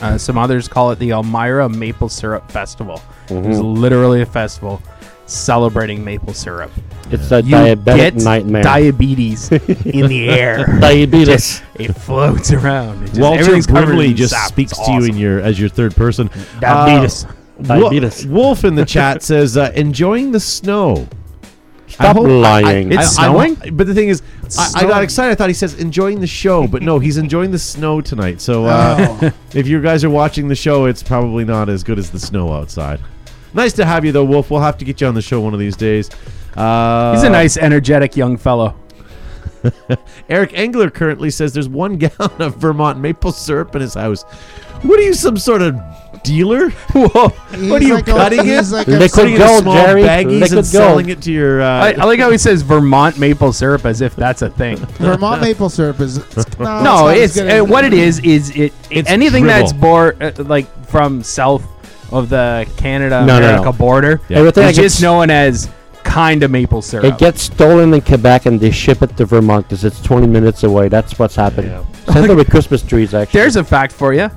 Uh, some others call it the Elmira Maple Syrup Festival. It's
Mm-hmm.
literally a festival celebrating maple syrup.
It's a
You get
diabetic nightmare.
diabetes in the air.
diabetes.
it floats around. It just,
Walter
everything's covered
Brimley
in
just
sap.
speaks
It's
to you
awesome.
in your as your third person.
Uh, diabetes.
Uh, Wo-
Diabetes.
Wolf in the chat says uh, enjoying the snow. I
Stop
hope- I- I-
lying.
It's
I- I'm-
snowing?
but the thing is, I, I got
snowing.
excited. I thought he says enjoying the show, but no, he's enjoying the snow tonight. So uh,
Oh.
if you guys are watching the show, it's probably not as good as the snow outside. Nice to have you though, Wolf. We'll have to get you on the show one of these days. Uh,
He's a nice, energetic young fellow.
Eric Engler currently says there's one gallon of Vermont maple syrup in his house. What are you, some sort of dealer? Whoa! what are
He's
you
like a-
cutting it?
he's like a-
Liquid
Putting it in
gold,
small
Jerry.
baggies
Liquid
and selling
gold.
it to your. Uh,
I, I like how he says Vermont maple syrup as if that's a thing.
Vermont maple syrup is
no, it's
good as-
uh, what it is is it
It's
anything
dribble.
that's bor- uh, like from south of the Canada
No, no, no.
America border.
Yeah.
Everything
It's
gets-
just known as kind of maple syrup.
It gets stolen in Quebec and they ship it to Vermont because it's 20 minutes away. That's what's happened. Same thing with Christmas trees, actually.
There's a fact for you.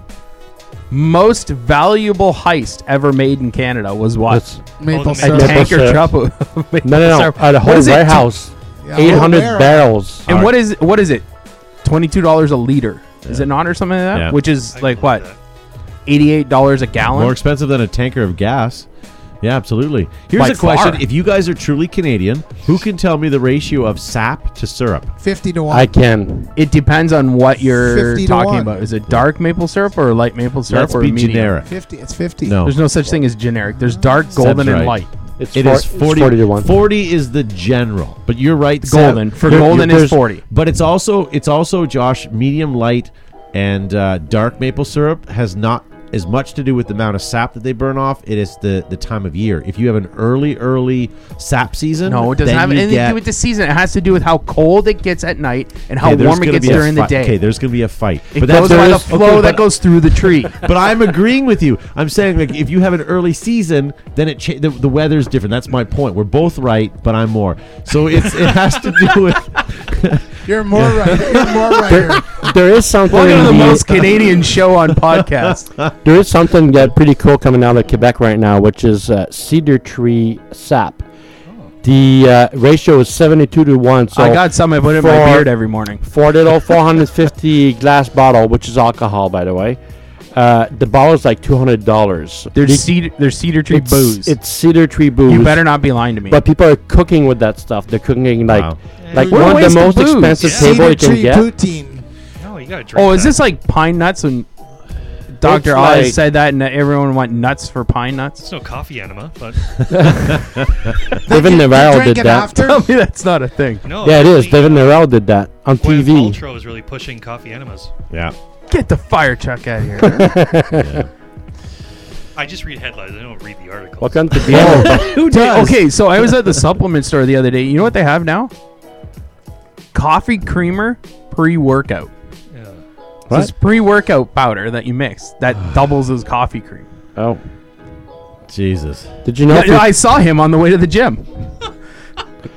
Most valuable heist ever made in Canada was what?
That's-
Golden
maple
maple
a
syrup.
Maple
tanker
syrup.
truck of maple
no, no, no.
syrup.
Uh, the
What
whole
is it?
warehouse.
Yeah,
800
Romero.
barrels.
And what is what is it? Twenty two dollars a liter. Is it not or something like that?
Yeah.
Which is
I
like what?
believe that.
Eighty eight dollars a
More
gallon.
expensive than a tanker of gas. Yeah, absolutely. Here's
By
a question:
far.
If you guys are truly Canadian, who can tell me the ratio of sap to syrup?
Fifty to one.
I can.
It depends on what you're
50 to
talking
one.
about. Is it dark maple syrup or light maple syrup
Let's
or
be
medium?
generic.
fifty. It's fifty.
No,
There's no such thing as generic. There's dark, golden,
right.
and light.
It's
It
four-
is
it's
40,
40 to 1.
40 is the general, but you're right. Seb.
Golden. For
There-
golden
there's-
is forty.
But it's also it's also Josh medium light and uh, dark maple syrup has not as much to do with the amount of sap that they burn off. It is the the time of year. If you have an early early sap season,
No, it doesn't
then
have
you
anything to
get-
do with the season. It has to do with how cold it gets at night and how
Okay, there's
warm it
gonna
gets
be a
during the
fight.
day.
Okay, there's going to be a fight.
it goes
there
by the
is-
flow
okay,
that
but-
goes through the tree.
But I'm agreeing with you. I'm saying like if you have an early season, then it cha- the, the weather's different. That's my point. We're both right, but I'm more. So it's it has to do with
You're more right. You're more right. here.
there is something.
Welcome to the
in the-
most Canadian show on podcast.
There is something that pretty cool coming out of Quebec right now, which is uh, cedar tree sap. The uh, ratio is 72 to 1. So
Oh. I got some. I put it in my
for-
beard every morning.
for little 450 glass bottle, which is alcohol, by the way. Uh, the bottle is like $200.
There's cedar. There's cedar tree
it's,
booze.
It's cedar tree booze.
you better not be lying to me.
But people are cooking with that stuff. They're cooking like
Wow.
like
What a
one of
waste
the
of
most
booze.
expensive
Yeah.
table you
Cedar
can
tree
get.
poutine.
No, you gotta drink.
oh, is
that.
this like pine nuts? And Doctor Oz
like-
said that, and everyone went nuts for pine nuts.
It's no coffee enema, but
David Navarro
Drink
did
it
that.
after.
Tell me that's not a thing.
no.
Yeah, it is.
really,
David Navarro did that on
Gwyneth
TV.
Paltrow is really pushing coffee enemas.
yeah.
Get the fire truck out of here.
I just read headlines. I don't read the articles.
Welcome to the
Who does? Okay, so I was at the supplement store the other day. You know what they have now? Coffee creamer pre-workout.
Yeah.
What?
This pre-workout powder that you mix that doubles as coffee cream.
Oh,
Jesus.
did you know? if
I-
you-
I saw him on the way to the gym.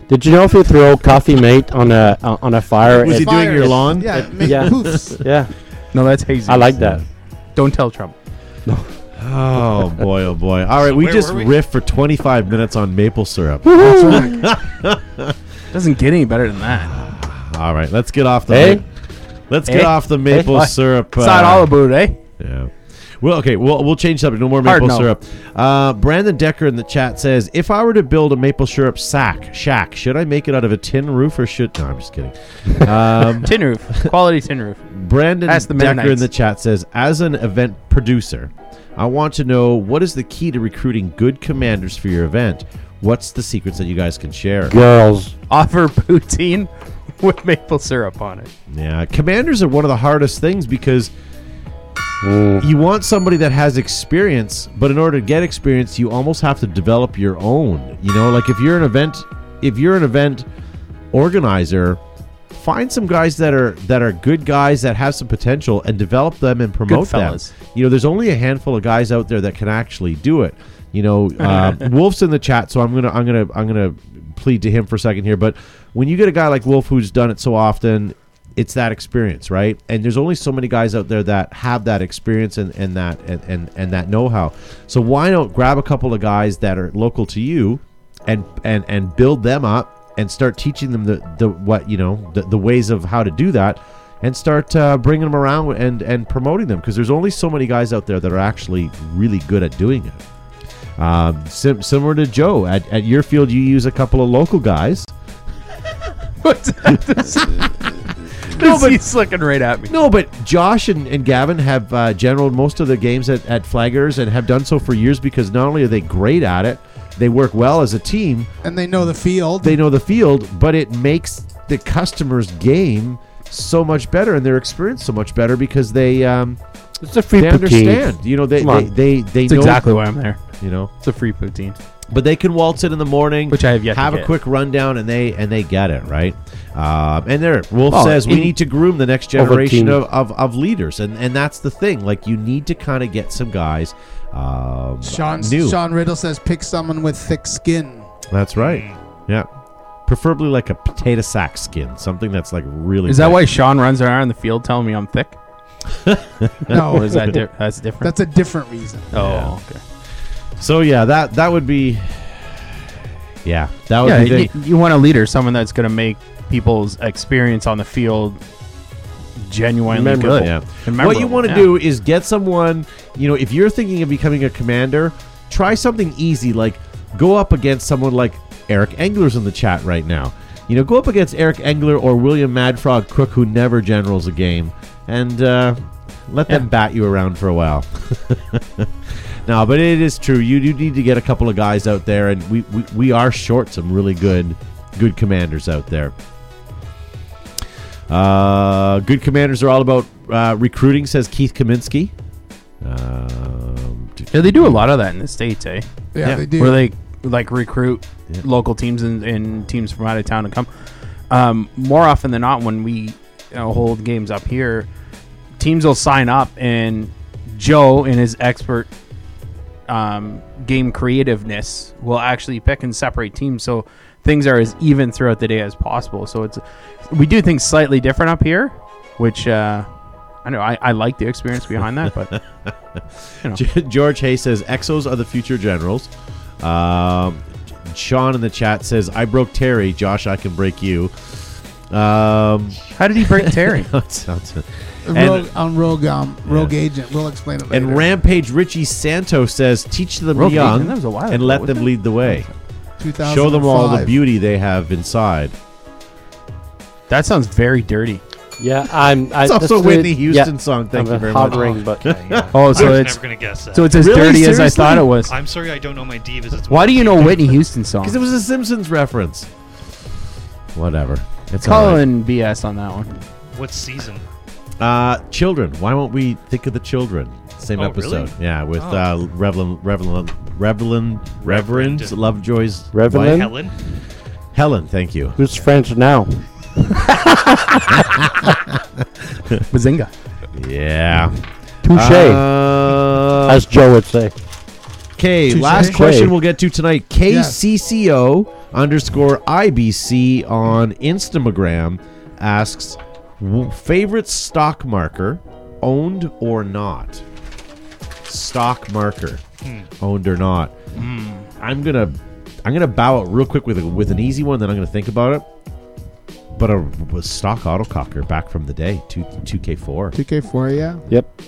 Did you know if you throw coffee mate on a uh, on a fire?
Was he
it-
doing your
Fires.
lawn?
Yeah, it make
yeah.
poofs.
yeah,
No, that's hazy.
I like that.
Don't tell Trump.
Oh boy, oh boy. All right,
So
we
where
just
were we?
riffed for 25 minutes on maple syrup.
Doesn't get any better than that.
All right, let's get off the
Hey?
ma- Let's get
Hey?
off the maple
Hey?
syrup.
It's not
uh,
all about, eh?
Yeah. Well, okay, we'll, we'll change something. No more
Hard
maple
no.
syrup. Uh, Brandon Decker in the chat says, if I were to build a maple syrup sack, shack, should I make it out of a tin roof or should... No, I'm just kidding. Um,
eh? Tin roof, quality tin roof.
Brandon
Ask the
Decker in
Mennonites.
the chat says, as an event producer, I want to know what is the key to recruiting good commanders for your event? What's the secrets that you guys can share?
Girls,
Offer poutine with maple syrup on it.
Yeah, commanders are one of the hardest things because you want somebody that has experience, but in order to get experience, you almost have to develop your own. You know, like if you're an event, if you're an event organizer, find some guys that are that are good guys that have some potential and develop them and promote them.
fellas.
You know, there's only a handful of guys out there that can actually do it. You know, uh, Wolf's in the chat, so I'm gonna I'm gonna I'm gonna plead to him for a second here. But when you get a guy like Wolf who's done it so often, it's that experience, right? And there's only so many guys out there that have that experience and, and that and, and, and that know-how. So why don't grab a couple of guys that are local to you and and and build them up and start teaching them the, the what you know the, the ways of how to do that and start uh, bringing them around and and promoting them because there's only so many guys out there that are actually really good at doing it um, sim- similar to joe at, at your field you use a couple of local guys
What's that? no, but he's looking right at me.
No, but Josh and, and Gavin have uh, generaled most of their games at, at Flaggers and have done so for years because not only are they great at it, they work well as a team,
And they know the field.
they know the field, but it makes make the customer's game so much better and their experience so much better because they um,
It's a free
they
poutine.
understand. You know, they
Come
they
on.
they, they
That's
know
exactly why I'm there.
you know.
It's a free poutine,
But they can waltz in in the morning,
which I have yet
have
to
a
get.
quick rundown, and they and they get it right. Um, and there, Wolf
Oh,
says we
in-
need to groom the next
Over
generation
team.
of, of, of leaders, and and that's the thing. Like you need to kind of get some guys. Um,
Sean
new.
Sean Riddle says pick someone with thick skin.
That's right. Yeah. Preferably like a potato sack skin, something that's like really.
Is that
thick.
why Sean runs around the field telling me I'm thick? or
No,
is that di- that's different?
that's a different reason.
oh, okay.
So yeah, that that would be. Yeah, that would
Yeah,
be.
you,
The,
you want a leader, someone that's going to make people's experience on the field genuinely
Memorable.
good.
yeah.
And
What you
memorable,
want to
yeah.
do is get someone. You know, if you're thinking of becoming a commander, try something easy like go up against someone like Eric Engler's in the chat right now. You know, go up against Eric Engler or William Madfrog Cook, who never generals a game, and uh, let them
Yeah.
bat you around for a while. No, but it is true. You do need to get a couple of guys out there, and we, we, we are short some really good good commanders out there. Uh, good commanders are all about uh, recruiting, says Keith Kaminsky. Um, d-
Yeah, they do a lot of that in the states, eh?
Yeah,
Yeah.
they do.
Where they like recruit
Yeah.
local teams and, and teams from out of town to come. Um, more often than not, when we you know, hold games up here, teams will sign up, and Joe and his expert um, game creativeness will actually pick and separate teams, so things are as even throughout the day as possible. So it's we do things slightly different up here, which. Uh, I know I, I like the experience behind that, but
George Hayes says Exos are the future generals. Um, Sean in the chat says I broke Terry. Josh, I can break you. Um,
how did he break Terry?
it sounds-
Rogue, on Rogue, um, Rogue Agent. We'll explain it later.
And Rampage Richie Santo says, "Teach them
Rogue
young,
Legion, that was a while
and
ago,
let
wasn't
them
it?
lead the way.
2005.
Show them all the beauty they have inside."
that sounds very dirty.
Yeah, I'm. I,
It's
that's
also
the-
Whitney
yeah,
Houston song. Thank
I'm
you very much.
hovering, but
Oh,
I
so
was
it's
never gonna guess that.
So it's as
Really?
dirty as I
Seriously?
thought it was.
I'm sorry, I don't know my divas. It's
Why do you know Whitney Houston
Because it
song?
was a Simpsons reference. Whatever. It's all right.
Colin BS on that one.
What season?
Uh, children. Why won't we think of the children? Same
Oh,
episode. Yeah, with
Oh.
uh, Revlin, Revlin, Revlin, Reverend
Reverend.
Lovejoy's
Reverend?
wife.
Helen.
Helen. Thank you.
who's French now?
Bazinga.
Yeah.
Touche,
Uh,
as Joe would say.
Okay,
Touche.
last
Touche.
question we'll get to tonight.
Yes.
KCCO underscore IBC on Instagram asks "W- favorite stock marker, owned or not? Stock marker, owned or not? I'm gonna I'm gonna bow out real quick with a, with an easy one. Then I'm gonna think about it. But a, a stock autococker back from the day two two K four.
2K4, yeah.
Yep.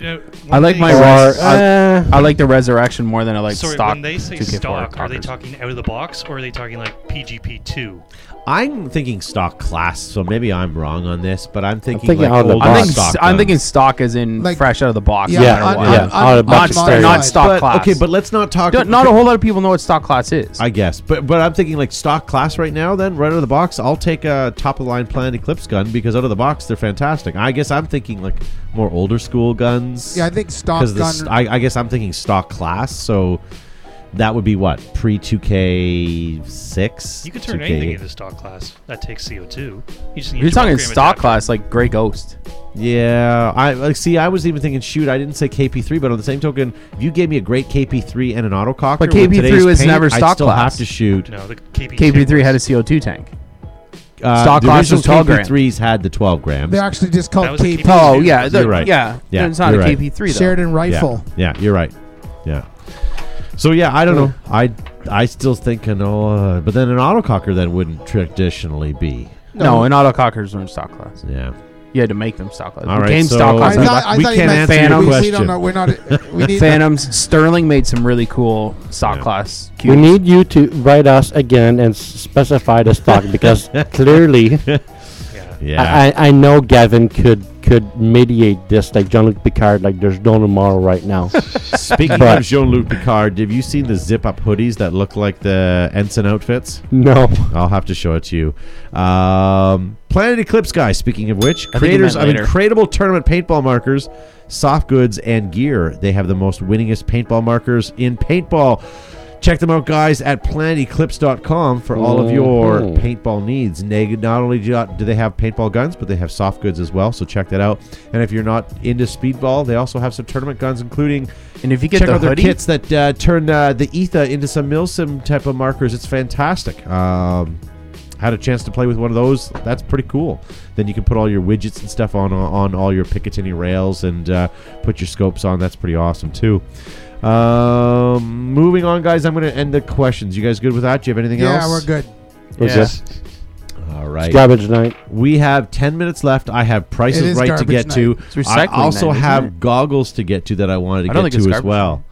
You know,
I
when
like
they
my
say-
Or
res-
uh,
I like the resurrection more than I like
Sorry,
stock.
when they say
2K4
stock, are they
cockers.
talking out of the box or are they talking like PGP two?
I'm thinking stock class, so maybe I'm wrong on this, but I'm thinking,
thinking
like
out of the
old
I'm
box.
thinking,
stock.
stock I'm
guns.
thinking stock as in
Like-
fresh out of the box.
Yeah,
no
Yeah,
matter
un-
what.
yeah,
un-
out of box
unmodified.
stereo.
Not stock
but,
class.
Okay, but let's not talk.
Don't- Not a whole lot of people know what stock class is.
I guess, but but I'm thinking like stock class right now. Then right out of the box, I'll take a top of the line Planet Eclipse gun because out of the box they're fantastic. I guess I'm thinking like more older school guns.
Yeah, I think stock
because
gun.
I, I guess I'm thinking stock class. So that would be what pre 2K six.
You could turn anything into stock class. That takes CO two. You just need
You're
to
talking
program it
stock
that-
class like Grey Ghost.
Yeah, I like see. I was even thinking, shoot, I didn't say KP3, but on the same token, if you gave me a great KP3 and an autococker,
But
with
KP3
today's
was
paint,
never
I'd
stock
still
class.
have to shoot.
No, the KP
KP3 had a CO2 tank.
Uh,
Stock
the
class
original
was 12 grand.
KP3s had the 12 grams.
They're actually just
That
called
was a
KP.
KP.
Oh yeah,
You're
the-
right.
Yeah,
Yeah,
it's not a
you're right.
KP3 though.
Sheridan
yeah.
rifle.
Yeah, you're right. Yeah. So yeah, I don't know. I I still think an uh, but then an autococker then wouldn't traditionally be.
No, and autocockers were in stock class.
Yeah.
You had to make them stock class.
All
They
right,
Became
so-
stock class.
I
Awesome.
thought, I
We
thought
can't
you meant
answer your
we- We
question.
don't know. We're not. We need.
Phantoms. Sterling made some really cool stock
Yeah.
class
We
cubes.
need you to write us again and s- specify the stock because clearly
Yeah.
Yeah.
I I, I know Gavin could could mediate this, like Jean Luc Picard, like there's no tomorrow right now.
Speaking
But-
of Jean Luc Picard, have you seen the zip up hoodies that look like the ensign outfits?
no.
I'll have to show it to you. Um, Planet Eclipse guy. Speaking of which,
you
creators
meant
of
later.
incredible tournament paintball markers, soft goods, and gear. They have the most winningest paintball markers in paintball. Check them out, guys, at planeteclipse.com for all of your
Mhm.
paintball needs. Neg- Not only do, do they have paintball guns, but they have soft goods as well. So check that out. And if you're not into speedball, they also have some tournament guns, including
And if you get
check
the
out their
hoodie,
kits that uh, turn uh, the ether into some milsim type of markers. It's fantastic. Um, had a chance to play with one of those. That's pretty cool. Then you can put all your widgets and stuff on on all your Picatinny rails and uh, put your scopes on. That's pretty awesome too. Um, moving on, guys. I'm going to end the questions. You guys good with that? Do you have anything
Yeah,
else?
we're good.
Yes.
All right.
Garbage night.
We have 10 minutes left. I have
It
prices
is
right to
garbage
get
night.
to.
It's
I
recycling
also
night, isn't
have
it?
goggles to get to that I wanted to
I don't
get
think it's
to as
garbage Uh,
well.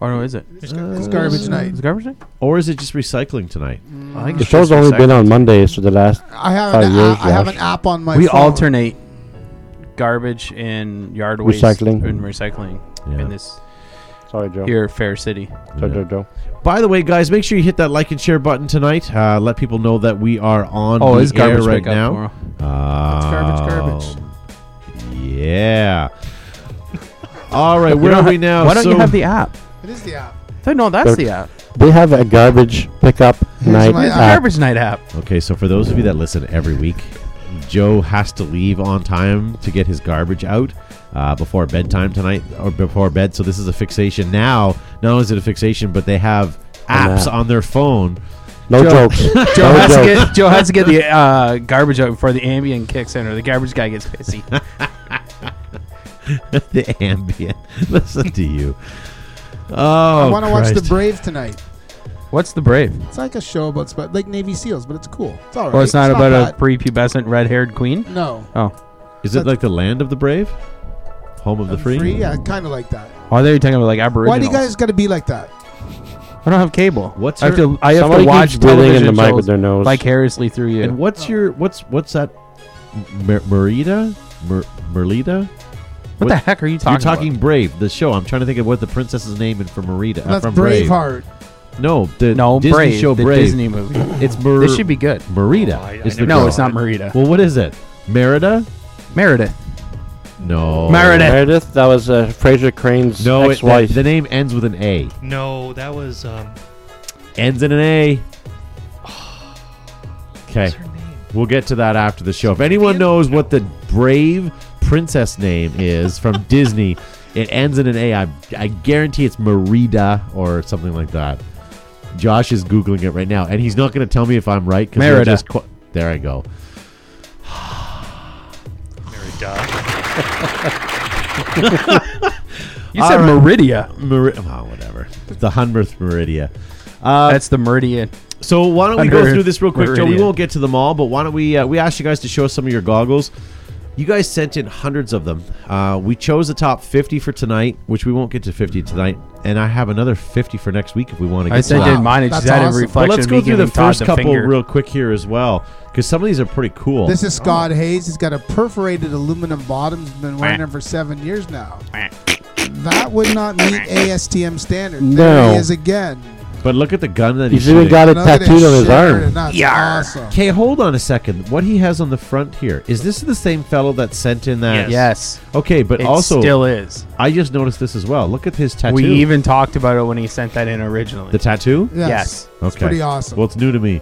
Or Oh, no, is it?
It's, gar- it's garbage night.
Is it garbage night?
Or is it just recycling tonight?
I think
The
it's
show's
just
only been
recycling.
on Mondays for the last.
I have an,
Five years,
I, I have
Josh.
an app on my
We
phone.
alternate garbage and yard waste
Recycling.
and recycling
Yeah.
in this
Sorry, Joe.
here fair city.
Sorry,
Yeah.
Joe, Joe.
By the way, guys, make sure you hit that like and share button tonight. Uh, let people know that we are on
Oh,
the
it's
air
garbage
right
pickup
now.
tomorrow.
garbage,
Um, Yeah. All right,
You
where
don't
are
ha-
we now?
Why don't you
So-
have the app?
It is the app.
No, No, that's
Garbage-
the app.
They have a garbage pickup night.
my
app.
Garbage night app.
Okay, so for those of you that listen every week, Joe has to leave on time to get his garbage out uh, before bedtime tonight or before bed. So this is a fixation now. Not only is it a fixation, but they have
An
apps
app.
on their phone.
No jokes.
Joe
no
has to
jokes.
get Joe has to get the uh, garbage out before the ambient kicks in, or the garbage guy gets pissy.
the ambient. Listen to you. Oh,
I want to watch the
Christ.
Brave tonight.
What's the brave?
It's like a show about sp- like Navy SEALs, but it's cool. It's all right.
Well, it's not about a
bad.
prepubescent red-haired queen.
no.
Oh,
Is it like the land of the brave, home of the free?
Yeah, kind of like that.
why are Oh, you talking about like aboriginals?
Why do you guys got to be like that?
I don't have cable.
What's
I have
your-
to? I have to
Somebody
watch
keeps breathing in
television
the mic with
shows
their nose.
vicariously through you.
And what's your what's what's that? Mer- Merida, Mer- Merlita.
what, the heck are you talking?
You're talking
About?
Brave, the show. I'm trying to think of what the princess's name and from Merida. uh,
That's
from
Braveheart.
Brave. No, the
No,
Disney
Brave,
show
the
Brave.
Disney movie.
It's Mer-
this should be good.
Merida.
Oh, I- I
is the
never
No,
girl.
it's not Merida.
Well, what is it? Merida?
Meredith.
No.
Merida.
Meredith, that was uh, Fraser Crane's
No, it, the,
ex-wife.
the name ends with an A.
No, that was um.
Ends in an A. Okay.
What's her name?
We'll get to that after the show. If anyone knows what the brave princess name is from Disney, it ends in an A. I, I guarantee it's Merida or something like that. Josh is googling it right now, and he's not going to tell me if I'm right. 'cause he'll
Merida.
just qu- there I go.
Mary Dodd.
You said Meridia.
Meri- oh, whatever. The hundredth Merida. Uh,
That's the Meridian.
So why don't we go
Under-
through this real quick, Joe? We
Meridian.
won't get to them all, but why don't we? Uh, we asked you guys to show us some of your goggles. You guys sent in hundreds of them. Uh, we chose the top 50 for tonight, which we won't get to 50 tonight, and I have another 50 for next week if we want to. get
I
to
sent
that.
in mine. It's
That's
just had a
awesome.
But
reflection.
let's
of
go
me
through the
giving Todd
first
the
couple
finger.
real quick here as well, because some of these are pretty cool.
This is Scott Hayes. He's got a perforated aluminum bottom. He's been wearing them for seven years now. That would not meet ASTM standards. There
No.
he is again.
but look at the gun that
He's
he's
even got a
Look at
tattoo on his
shirt,
arm.
and That's awesome.
Okay, hold on a second. What he has on the front here is this the same fellow that sent in that?
Yes.
Yes.
Okay, but
It
also
still is.
I just noticed this as well. Look at his tattoo.
We even talked about it when he sent that in originally.
the tattoo.
Yes.
yes.
Okay.
It's pretty awesome.
Well, it's new to me.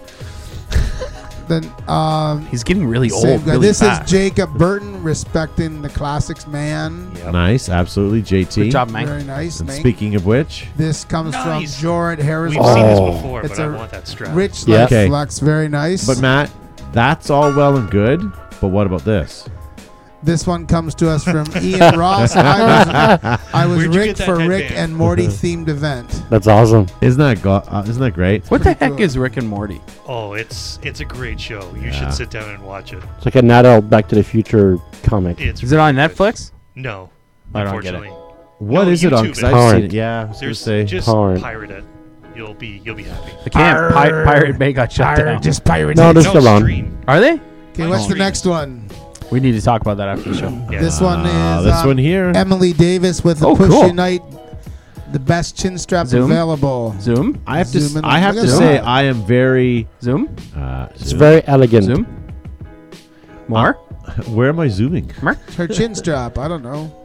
then, um,
He's getting really
same
old.
guy.
Really
this
fast.
is Jacob Burton respecting the classics man.
Nice, absolutely, JT.
Good job, Mike.
Very nice.
And
Thank-
speaking of which,
This comes
Nice.
from Jordan Harris.
We've seen this
Oh.
before,
It's
but I
a
want that strap.
Rich
Yeah.
Okay.
Flex, very nice.
but Matt, that's all well and good, but what about this?
This one comes to us from Ian Ross. I was, I was
Where'd you
Rick
get that
for Rick
headband?
and Morty themed event.
That's awesome.
Isn't that go- uh, isn't that great?
What the
pretty
heck
good.
is Rick and Morty?
Oh, it's it's a great show. You
Yeah.
should sit down and watch it.
It's like an adult Back to the Future comic.
It's
Is it on
really good.
Netflix?
No,
I don't get it.
unfortunately.
What
No,
is it on? Because
YouTube
I've seen
it.
it. Yeah, I was gonna
There's
say.
just
Hard.
pirate it. You'll be you'll be happy.
I can't. Pi- Pirate Bay got shut down.
pirates.
No, they're still on.
stream.
Are they?
Okay, what's the
Stream.
next one?
We need to talk about that after the show.
Yeah.
This one is
Ah, this
um,
one here.
Emily Davis with the
Oh,
Push
cool.
Unite, the best chin strap
Zoom?
available.
Zoom,
I have to. s-
Zoom in.
I have
Look
to
at
say,
that.
I am very.
zoom,
Uh,
It's very elegant.
zoom. More,
Oh
Where am I zooming?
more.
It's Her chin strap. I don't know.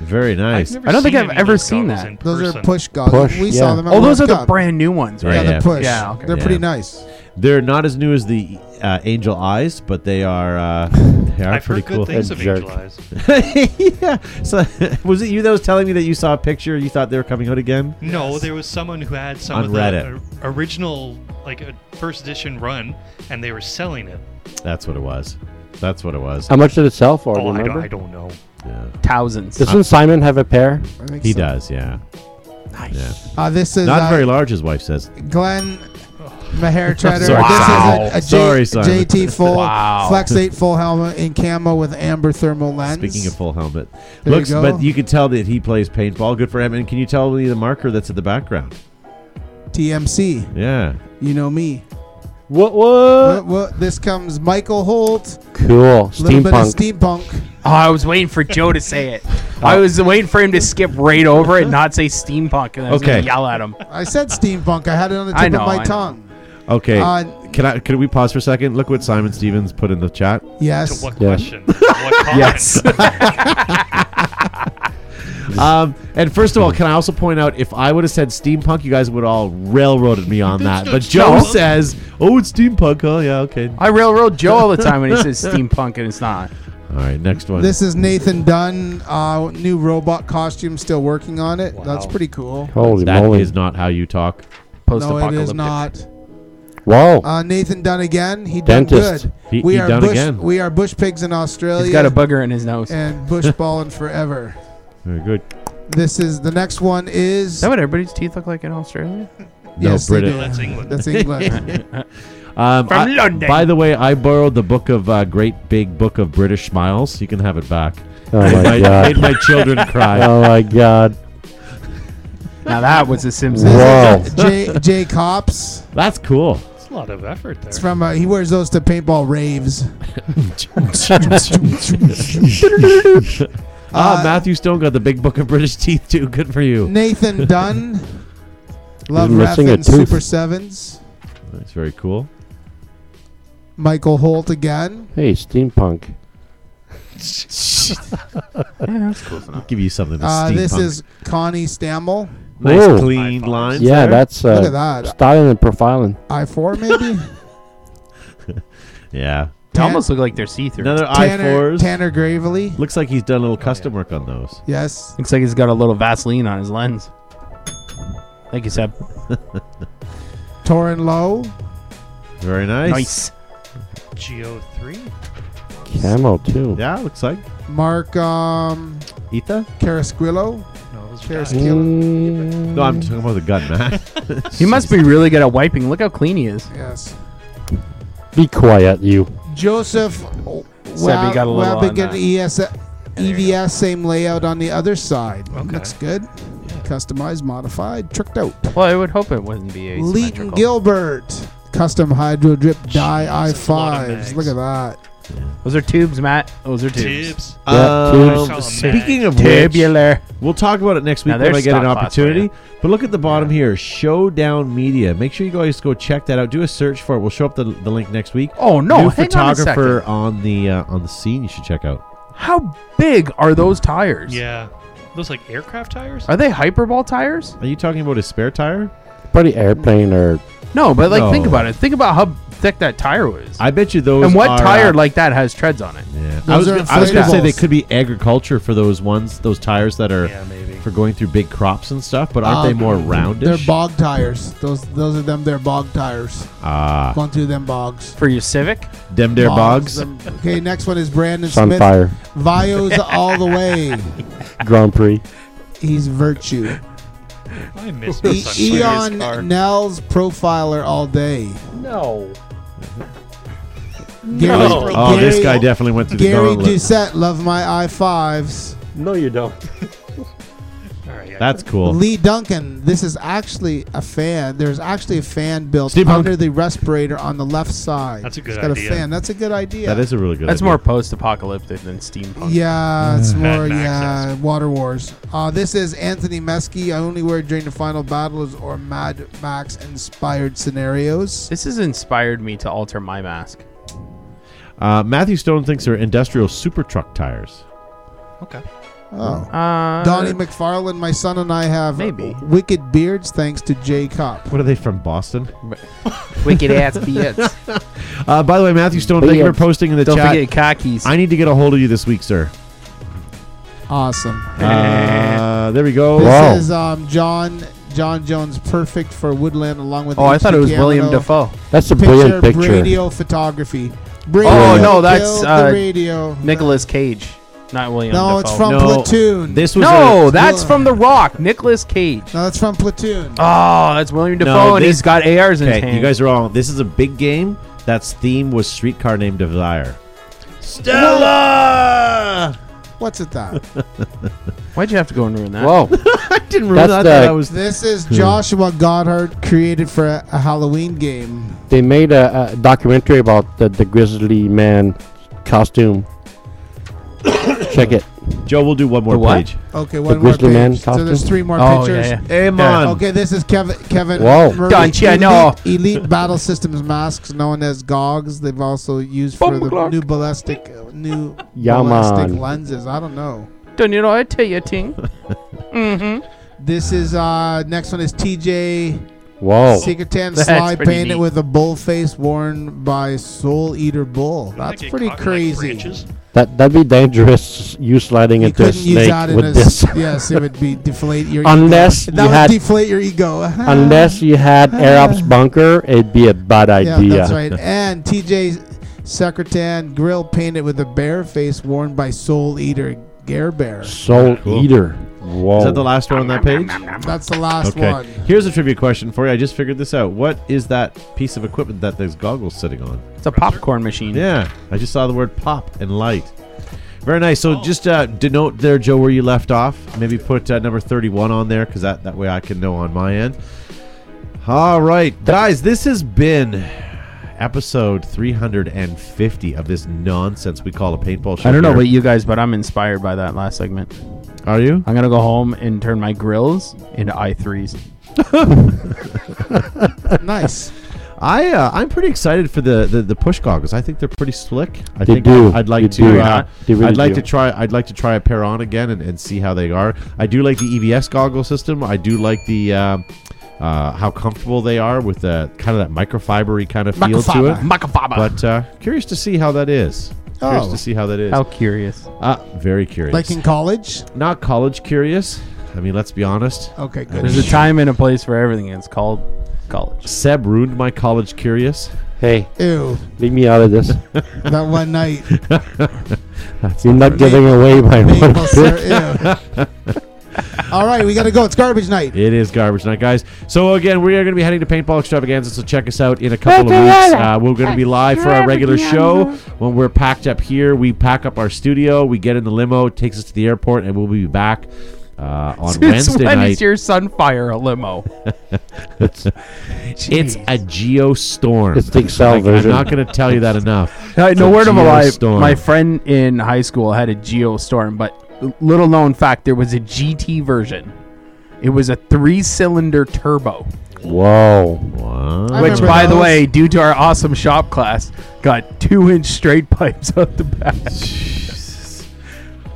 Very nice.
never
I don't think
seen
I've
any
ever
of those
seen
goggles
that.
in
Those are
person.
push goggles.
Push,
we
yeah.
saw them. At
Oh, those are
World
the
Cup.
brand new ones,
Yeah,
Yeah,
right?
yeah.
the push.
Yeah, okay.
They're
Yeah.
pretty nice.
They're not as new as the uh, Angel Eyes, but they are. Uh, they are
I've
pretty
heard
cool.
good things of
Jerk.
Angel Eyes.
yeah. So, was it you that was telling me that you saw a picture? You thought they were coming out again?
No, there was someone who had some
On
of the
Reddit.
or- original, like a first edition run, and they were selling it.
That's what it was. That's what it was.
How
Um,
much did it sell for? do
oh,
you
I don't,
remember?
I don't know.
Yeah.
Thousands.
Doesn't Simon have a pair?
I think
He
so.
does. Yeah.
Nice.
Yeah.
Uh, this is
Not
uh,
very large, his wife says.
Glenn Maher Treader.
Sorry,
Simon.
This is a- a,
Sorry,
J-
Simon.
JT full
Wow.
Flex 8 full helmet in camo with amber thermal lens.
Speaking of full helmet,
There
looks,
you go.
but you can tell that he plays paintball. Good for him. And can you tell me the marker that's in the background?
TMC,
Yeah.
you know me.
What? What?
Wha- wha- this comes Michael Holt, a
Cool.
little bit of
Steampunk.
steampunk.
Oh, I was waiting for Joe to say it.
Oh.
I was waiting for him to skip right over it and not say steampunk and I was
Okay.
gonna yell at him.
I said steampunk. I had it on the
I
tip
know,
of my
I know.
tongue.
Okay.
Uh,
can I? Can we pause for a second? Look what Simon Stevens put in the chat.
To
Yes.
what
Yeah.
question? what comment?
Yes. Um, and first of all, can I also point out if I would have said steampunk, you guys would all railroaded me on that. But Joe
No.
says, "Oh, it's steampunk." Oh, yeah, okay. All
I railroad Joe all the time when he says steampunk and it's not.
right, next one.
This is Nathan Dunn, uh, new robot costume, still working on it. That's
Wow.
pretty cool.
Holy
That
moly!
is not how you talk.
Post
No, it
apocalyptic.
is not.
Wow.
Uh, Nathan Dunn again. He
Dentist.
done good.
He-
we
he
are
done
bush,
again.
We are bush pigs in Australia.
He's got a bugger in his nose. Is
and bush balling forever.
Very good.
This is the next one is
that what everybody's teeth look like in Australia?
yes,
no,
they
British.
do.
That's England.
That's England.
Um,
From
I-
London.
By the way, I borrowed the book of uh, Great Big Book of British Smiles. You can have it back.
Oh my
Made made
god.
my children cry.
Oh my god.
Now that was the Simpsons.
Wow.
J J Cops.
That's cool.
That's a lot of effort there.
It's from uh, he wears those to paintball raves.
Ah,
Uh,
Matthew Stone got the Big Book of British Teeth too. Good for you.
Nathan Dunn. Love
He's missing a
Raffin
tooth.
Super Sevens.
That's very cool.
Michael Holt again.
Hey, steampunk.
yeah, that's close enough.
Give you something. to
Uh, this
steampunk.
is Connie Stammel.
nice
Whoa.
clean
High five.
lines.
yeah,
there.
that's uh,
Look at that.
styling and profiling.
I four maybe.
yeah.
They
Tan-
almost look like they're see through.
Another I
Tanner,
fours.
Tanner Gravely.
Looks like he's done a little custom work on those.
Yes.
Looks like he's got a little Vaseline on his lens. Thank you, Seb.
Torin Lowe.
Very nice.
Nice.
Geo three.
Camo too.
Yeah, looks like
Mark um,
Etha.
Carasquillo.
No, those are
There's
guys.
Caleb.
Mm.
No, I'm talking about the gun, Matt.
He must be really good at wiping. Look how clean he is.
Yes.
Be quiet, you.
Joseph Wab-
Sebby got a little on
Wabigan
that.
ES, EVS, E same layout on the other side.
Okay.
Looks good. Customized, modified, tricked out.
Well, I would hope it wouldn't be a
Leighton Gilbert. Custom hydro drip dye
that's a lot of
i5s.
mags.
Look at that.
Those are tubes, Matt. Those are tubes.
Tips.
Um,
Yeah,
tubes.
speaking of which,
Tubular.
we'll talk about it next week
Now
when I
there's
get an
stock class for
opportunity.
you.
But look at the bottom here, Showdown Media. Make sure you guys go check that out. Do a search for it. We'll show up the, the link next week.
Oh no!
New
hang
photographer
On a
on
second.
the uh, on the scene. You should check out.
How big are those tires?
Yeah. Those like aircraft tires.
Are they hyperball tires?
Are you talking about his spare tire?
Probably airplane or
No, but like think
No.
about it. Think about how thick that tire was.
I bet you those.
and what
are,
tire
uh,
like that has treads on it?
Yeah. I
Those
was,
are
gonna, I was gonna say they
inflatables.
could be agriculture for those ones, those tires that are
Yeah, maybe.
for going through big crops and stuff. But aren't
Um,
they more roundish?
They're bog tires. Those those are them. They're bog tires.
ah,
Going through them bogs.
For your Civic?
them there bogs.
Them- Okay, next one is Brandon Smith.
Sunfire
Vios all the way.
Grand Prix.
He's virtue.
I miss my
E-
son's
Eon
car.
Nels profiler all day.
No.
Gary,
No.
Oh, this
Gary-
guy definitely went through the
Gary
gauntlet.
Doucette, love my i5s.
No, you don't.
All right, yeah.
That's cool.
Lee Duncan, this is actually a fan. There's actually a fan built
Steve Hunk.
under the respirator on the left side.
That's a
It's
good
got
idea.
a fan. That's a good idea.
That is a really good.
That's
idea.
more post-apocalyptic than steampunk.
Yeah, it's
Mad
more
Max
yeah
esque.
water wars. Uh, this is Anthony Meschi. I only wear it during the final battles or Mad Max inspired scenarios.
This has inspired me to alter my mask.
Uh, Matthew Stone thinks they're industrial super truck tires.
Okay.
Oh.
Uh,
Donnie McFarlane, my son and I have
Maybe.
wicked beards thanks to J Cop.
What are they from Boston?
wicked ass bitch.
Uh, by the way, Matthew Stone, thank you for
Brilliant.
posting in the
Don't
chat.
forget khakis.
I need to get a hold of you this week, sir.
Awesome.
Uh, there we go.
This
Wow.
is um, John John Jones, perfect for woodland along with.
oh, I thought it was
H.P.
William
Camino.
Defoe.
That's a
Picture,
brilliant picture.
radio photography.
Oh,
no,
Killed
that's, uh,
the radio.
Nicholas Cage, not William.
No,
Defoe.
it's from
No,
Platoon.
This was
No,
a-
that's from The Rock. Nicholas Cage.
no, that's from Platoon.
Oh, that's William Defoe, and
this-
he's got ARs in his
okay.
hand.
You guys are wrong. This is a big game. That's theme was streetcar named Desire. Stella.
What's it that?
Why'd you have to go and ruin that?
Whoa.
I didn't realize
That's
that,
the-
that was.
This is Joshua Goddard created for a, a Halloween game.
they made a, a documentary about the, the grizzly man costume. Check it.
Joe, we'll do one more
The what?
page.
Okay, one more
Grizzly
page.
Man
so there's
costume?
three more
Oh,
pictures.
yeah,
Amon.
Okay, this is Kevin. Kevin.
Whoa.
Murray.
Don't you
elite,
know?
Elite Battle Systems masks, known as GOGS, they've also used for the new ballistic, new
Yeah,
ballistic
man.
lenses. I don't know.
Don't you know I tell you a thing?
This is uh next one is TJ
Whoa.
Secret Tan
That's
Sly
pretty
painted
neat.
with a bull face worn by Soul Eater Bull.
Don't
That's
they get
pretty
caught in, like,
crazy.
branches?
That that'd be dangerous. You sliding
You
into a
couldn't use
snake
that in a
with this.
s- yes, it would be deflate your
Unless
ego.
you
that would
had-
deflate your ego.
Unless you had Arab's bunker, it'd be a bad
Uh-huh. yeah,
idea.
that's right. And TJ Secretan grill painted with a bear face worn by Soul Eater Gare Bear.
Soul
Cool.
eater. Whoa.
Is that the last one on that page?
That's the last
Okay.
one.
Here's a trivia question for you. I just figured this out. What is that piece of equipment that those goggles sitting on?
It's a popcorn machine.
Yeah, I just saw the word pop and light. Very nice. So
Oh.
just uh, denote there, Joe, where you left off. Maybe put uh, number 31 on there because that, that way I can know on my end. All right, guys, this has been episode 350 of this nonsense we call a paintball show.
I don't know
here.
about you guys, but I'm inspired by that last segment.
Are you?
I'm gonna go home and turn my grills into i3s.
Nice.
I uh, I'm pretty excited for the, the, the push goggles. I think they're pretty slick. I
They
think
do.
I'd like
They
to.
do.
Uh,
They really
I'd like
do.
to try. I'd like to try a pair on again and, and see how they are. I do like the EVS goggle system. I do like the um uh, how comfortable they are with the kind of that microfibery kind of feel to it.
Microfiber.
Macafaba.
But uh, curious to see how that is. Curious
Oh.
to see how that is.
How curious.
Uh, very curious.
Like in college?
Not college curious. I mean, let's be honest.
Okay, good.
There's a time and a place for everything, and it's called college.
Seb ruined my college curious.
Hey,
Ew.
leave me out of this.
That one night.
You're not giving away my one
Maple
bit.
syrup, ew. All right, we got to go. It's garbage night.
It is garbage night, guys. So again, we are going to be heading to paintball extravaganza. So check us out in a couple of weeks. Uh, we're going to be live for our regular show. When we're packed up here, we pack up our studio. We get in the limo, it takes us to the airport, and we'll be back uh, on
Since
Wednesday
when
night.
is your sunfire a limo?
it's a geo storm.
It's the Excel
Like, I'm
version.
not going to tell you that enough.
Uh,
It's
no
a
word of a lie.
geostorm.
My friend in high school had a Geostorm, but little known fact, there was a GT version. It was a three-cylinder turbo,
Whoa.
Wow.
which,
remember
by the
those.
way, due to our awesome shop class, got two-inch straight pipes out the back.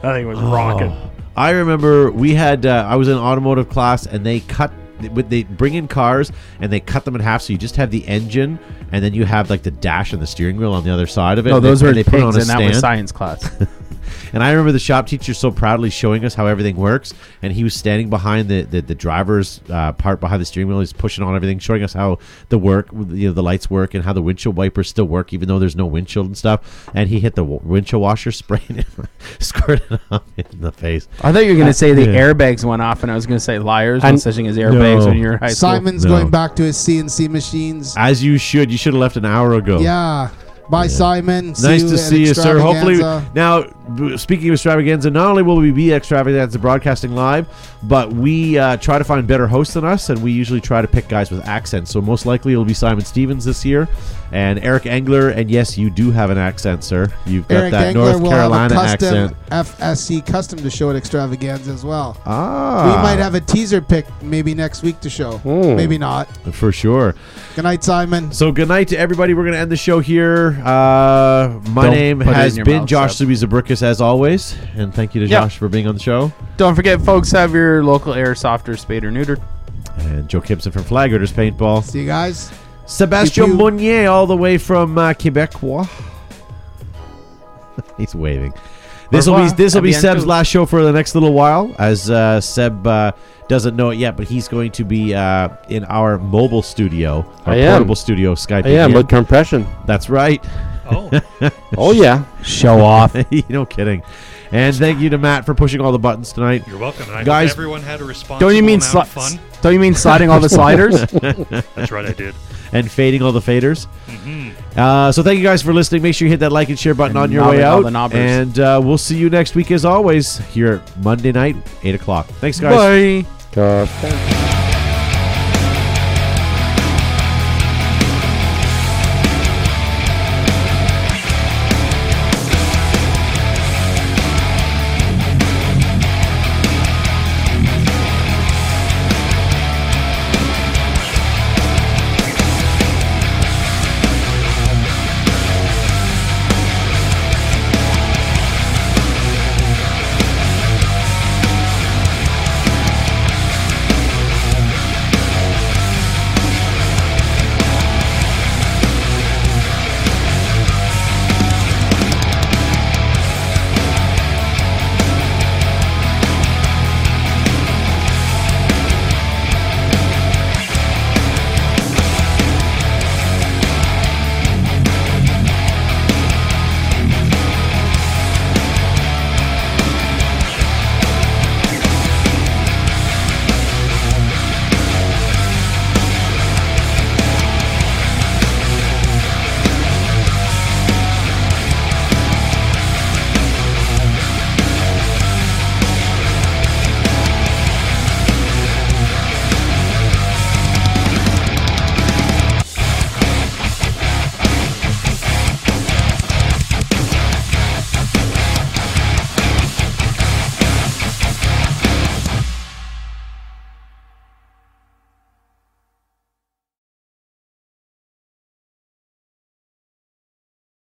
That thing was rocking.
I remember we had uh, I was in automotive class and they cut with they bring in cars and they cut them in half so you just have the engine and then you have like the dash and the steering wheel on the other side of it.
No,
and they-
those were
and they
pigs,
put it on a
and that was
stand.
science class.
And I remember the shop teacher so proudly showing us how everything works and he was standing behind the the, the driver's uh, part behind the steering wheel. He's pushing on everything, showing us how the work you know the lights work and how the windshield wipers still work even though there's no windshield and stuff. And he hit the w- windshield washer, spraying it, squirted it up in the face.
I thought you were going to say the
yeah.
airbags went off, and I was going to say liars and
And-
such thing as airbags
No.
when you're in high school.
Simon's
No.
going back to his CNC machines.
As you should. You should have left an hour ago.
yeah. Bye, Simon. See
nice
you
to
at
see you, sir. Hopefully,
Extravaganza.
now b- speaking of extravaganza, not only will we be extravaganza broadcasting live, but we uh, try to find better hosts than us, and we usually try to pick guys with accents. So most likely it'll be Simon Stevens this year, and Eric Engler. And yes, you do have an accent, sir. You've got
Eric
that
Engler
North
will
Carolina
have a
accent.
custom FSC custom to show at Extravaganza as well.
Ah,
we might have a teaser pick maybe next week to show. Maybe not.
for sure.
Good night, Simon.
So good night to everybody. We're going to end the show here. Uh, my
Don't
name
put it
has
in your
been
mouth,
Josh
Seb.
Zubizabrickus, as always, and thank you to
Yeah.
Josh for being on the show.
Don't forget, folks, have your local airsoft or spayed or neutered.
And Joe Gibson from Flag Herders Paintball.
See you guys.
Sebastian
Pew, pew.
Monnier, all the way from uh, Quebecois. He's waving. This will be
revoir.
this will be
À bientôt.
Seb's last show for the next little while, as uh, Seb uh, doesn't know it yet, but he's going to be uh, in our mobile studio, our
I am.
portable studio, Skype.
I am with compression.
That's right.
Oh,
Oh yeah.
Show off.
no kidding. And thank you to Matt for pushing all the buttons tonight.
you're welcome. And I
Guys,
hope everyone had a response.
Don't you mean
amount of
sli-
fun?
Don't you mean sliding all the sliders?
That's right, I did.
and fading all the faders. Uh, so thank you guys for listening. Make sure you hit that like and share button
And
on your
knobbing
way
all
out.
the knobbers.
and uh, we'll see you next week as always here Monday night, 8 o'clock. Thanks, guys.
Bye.
God.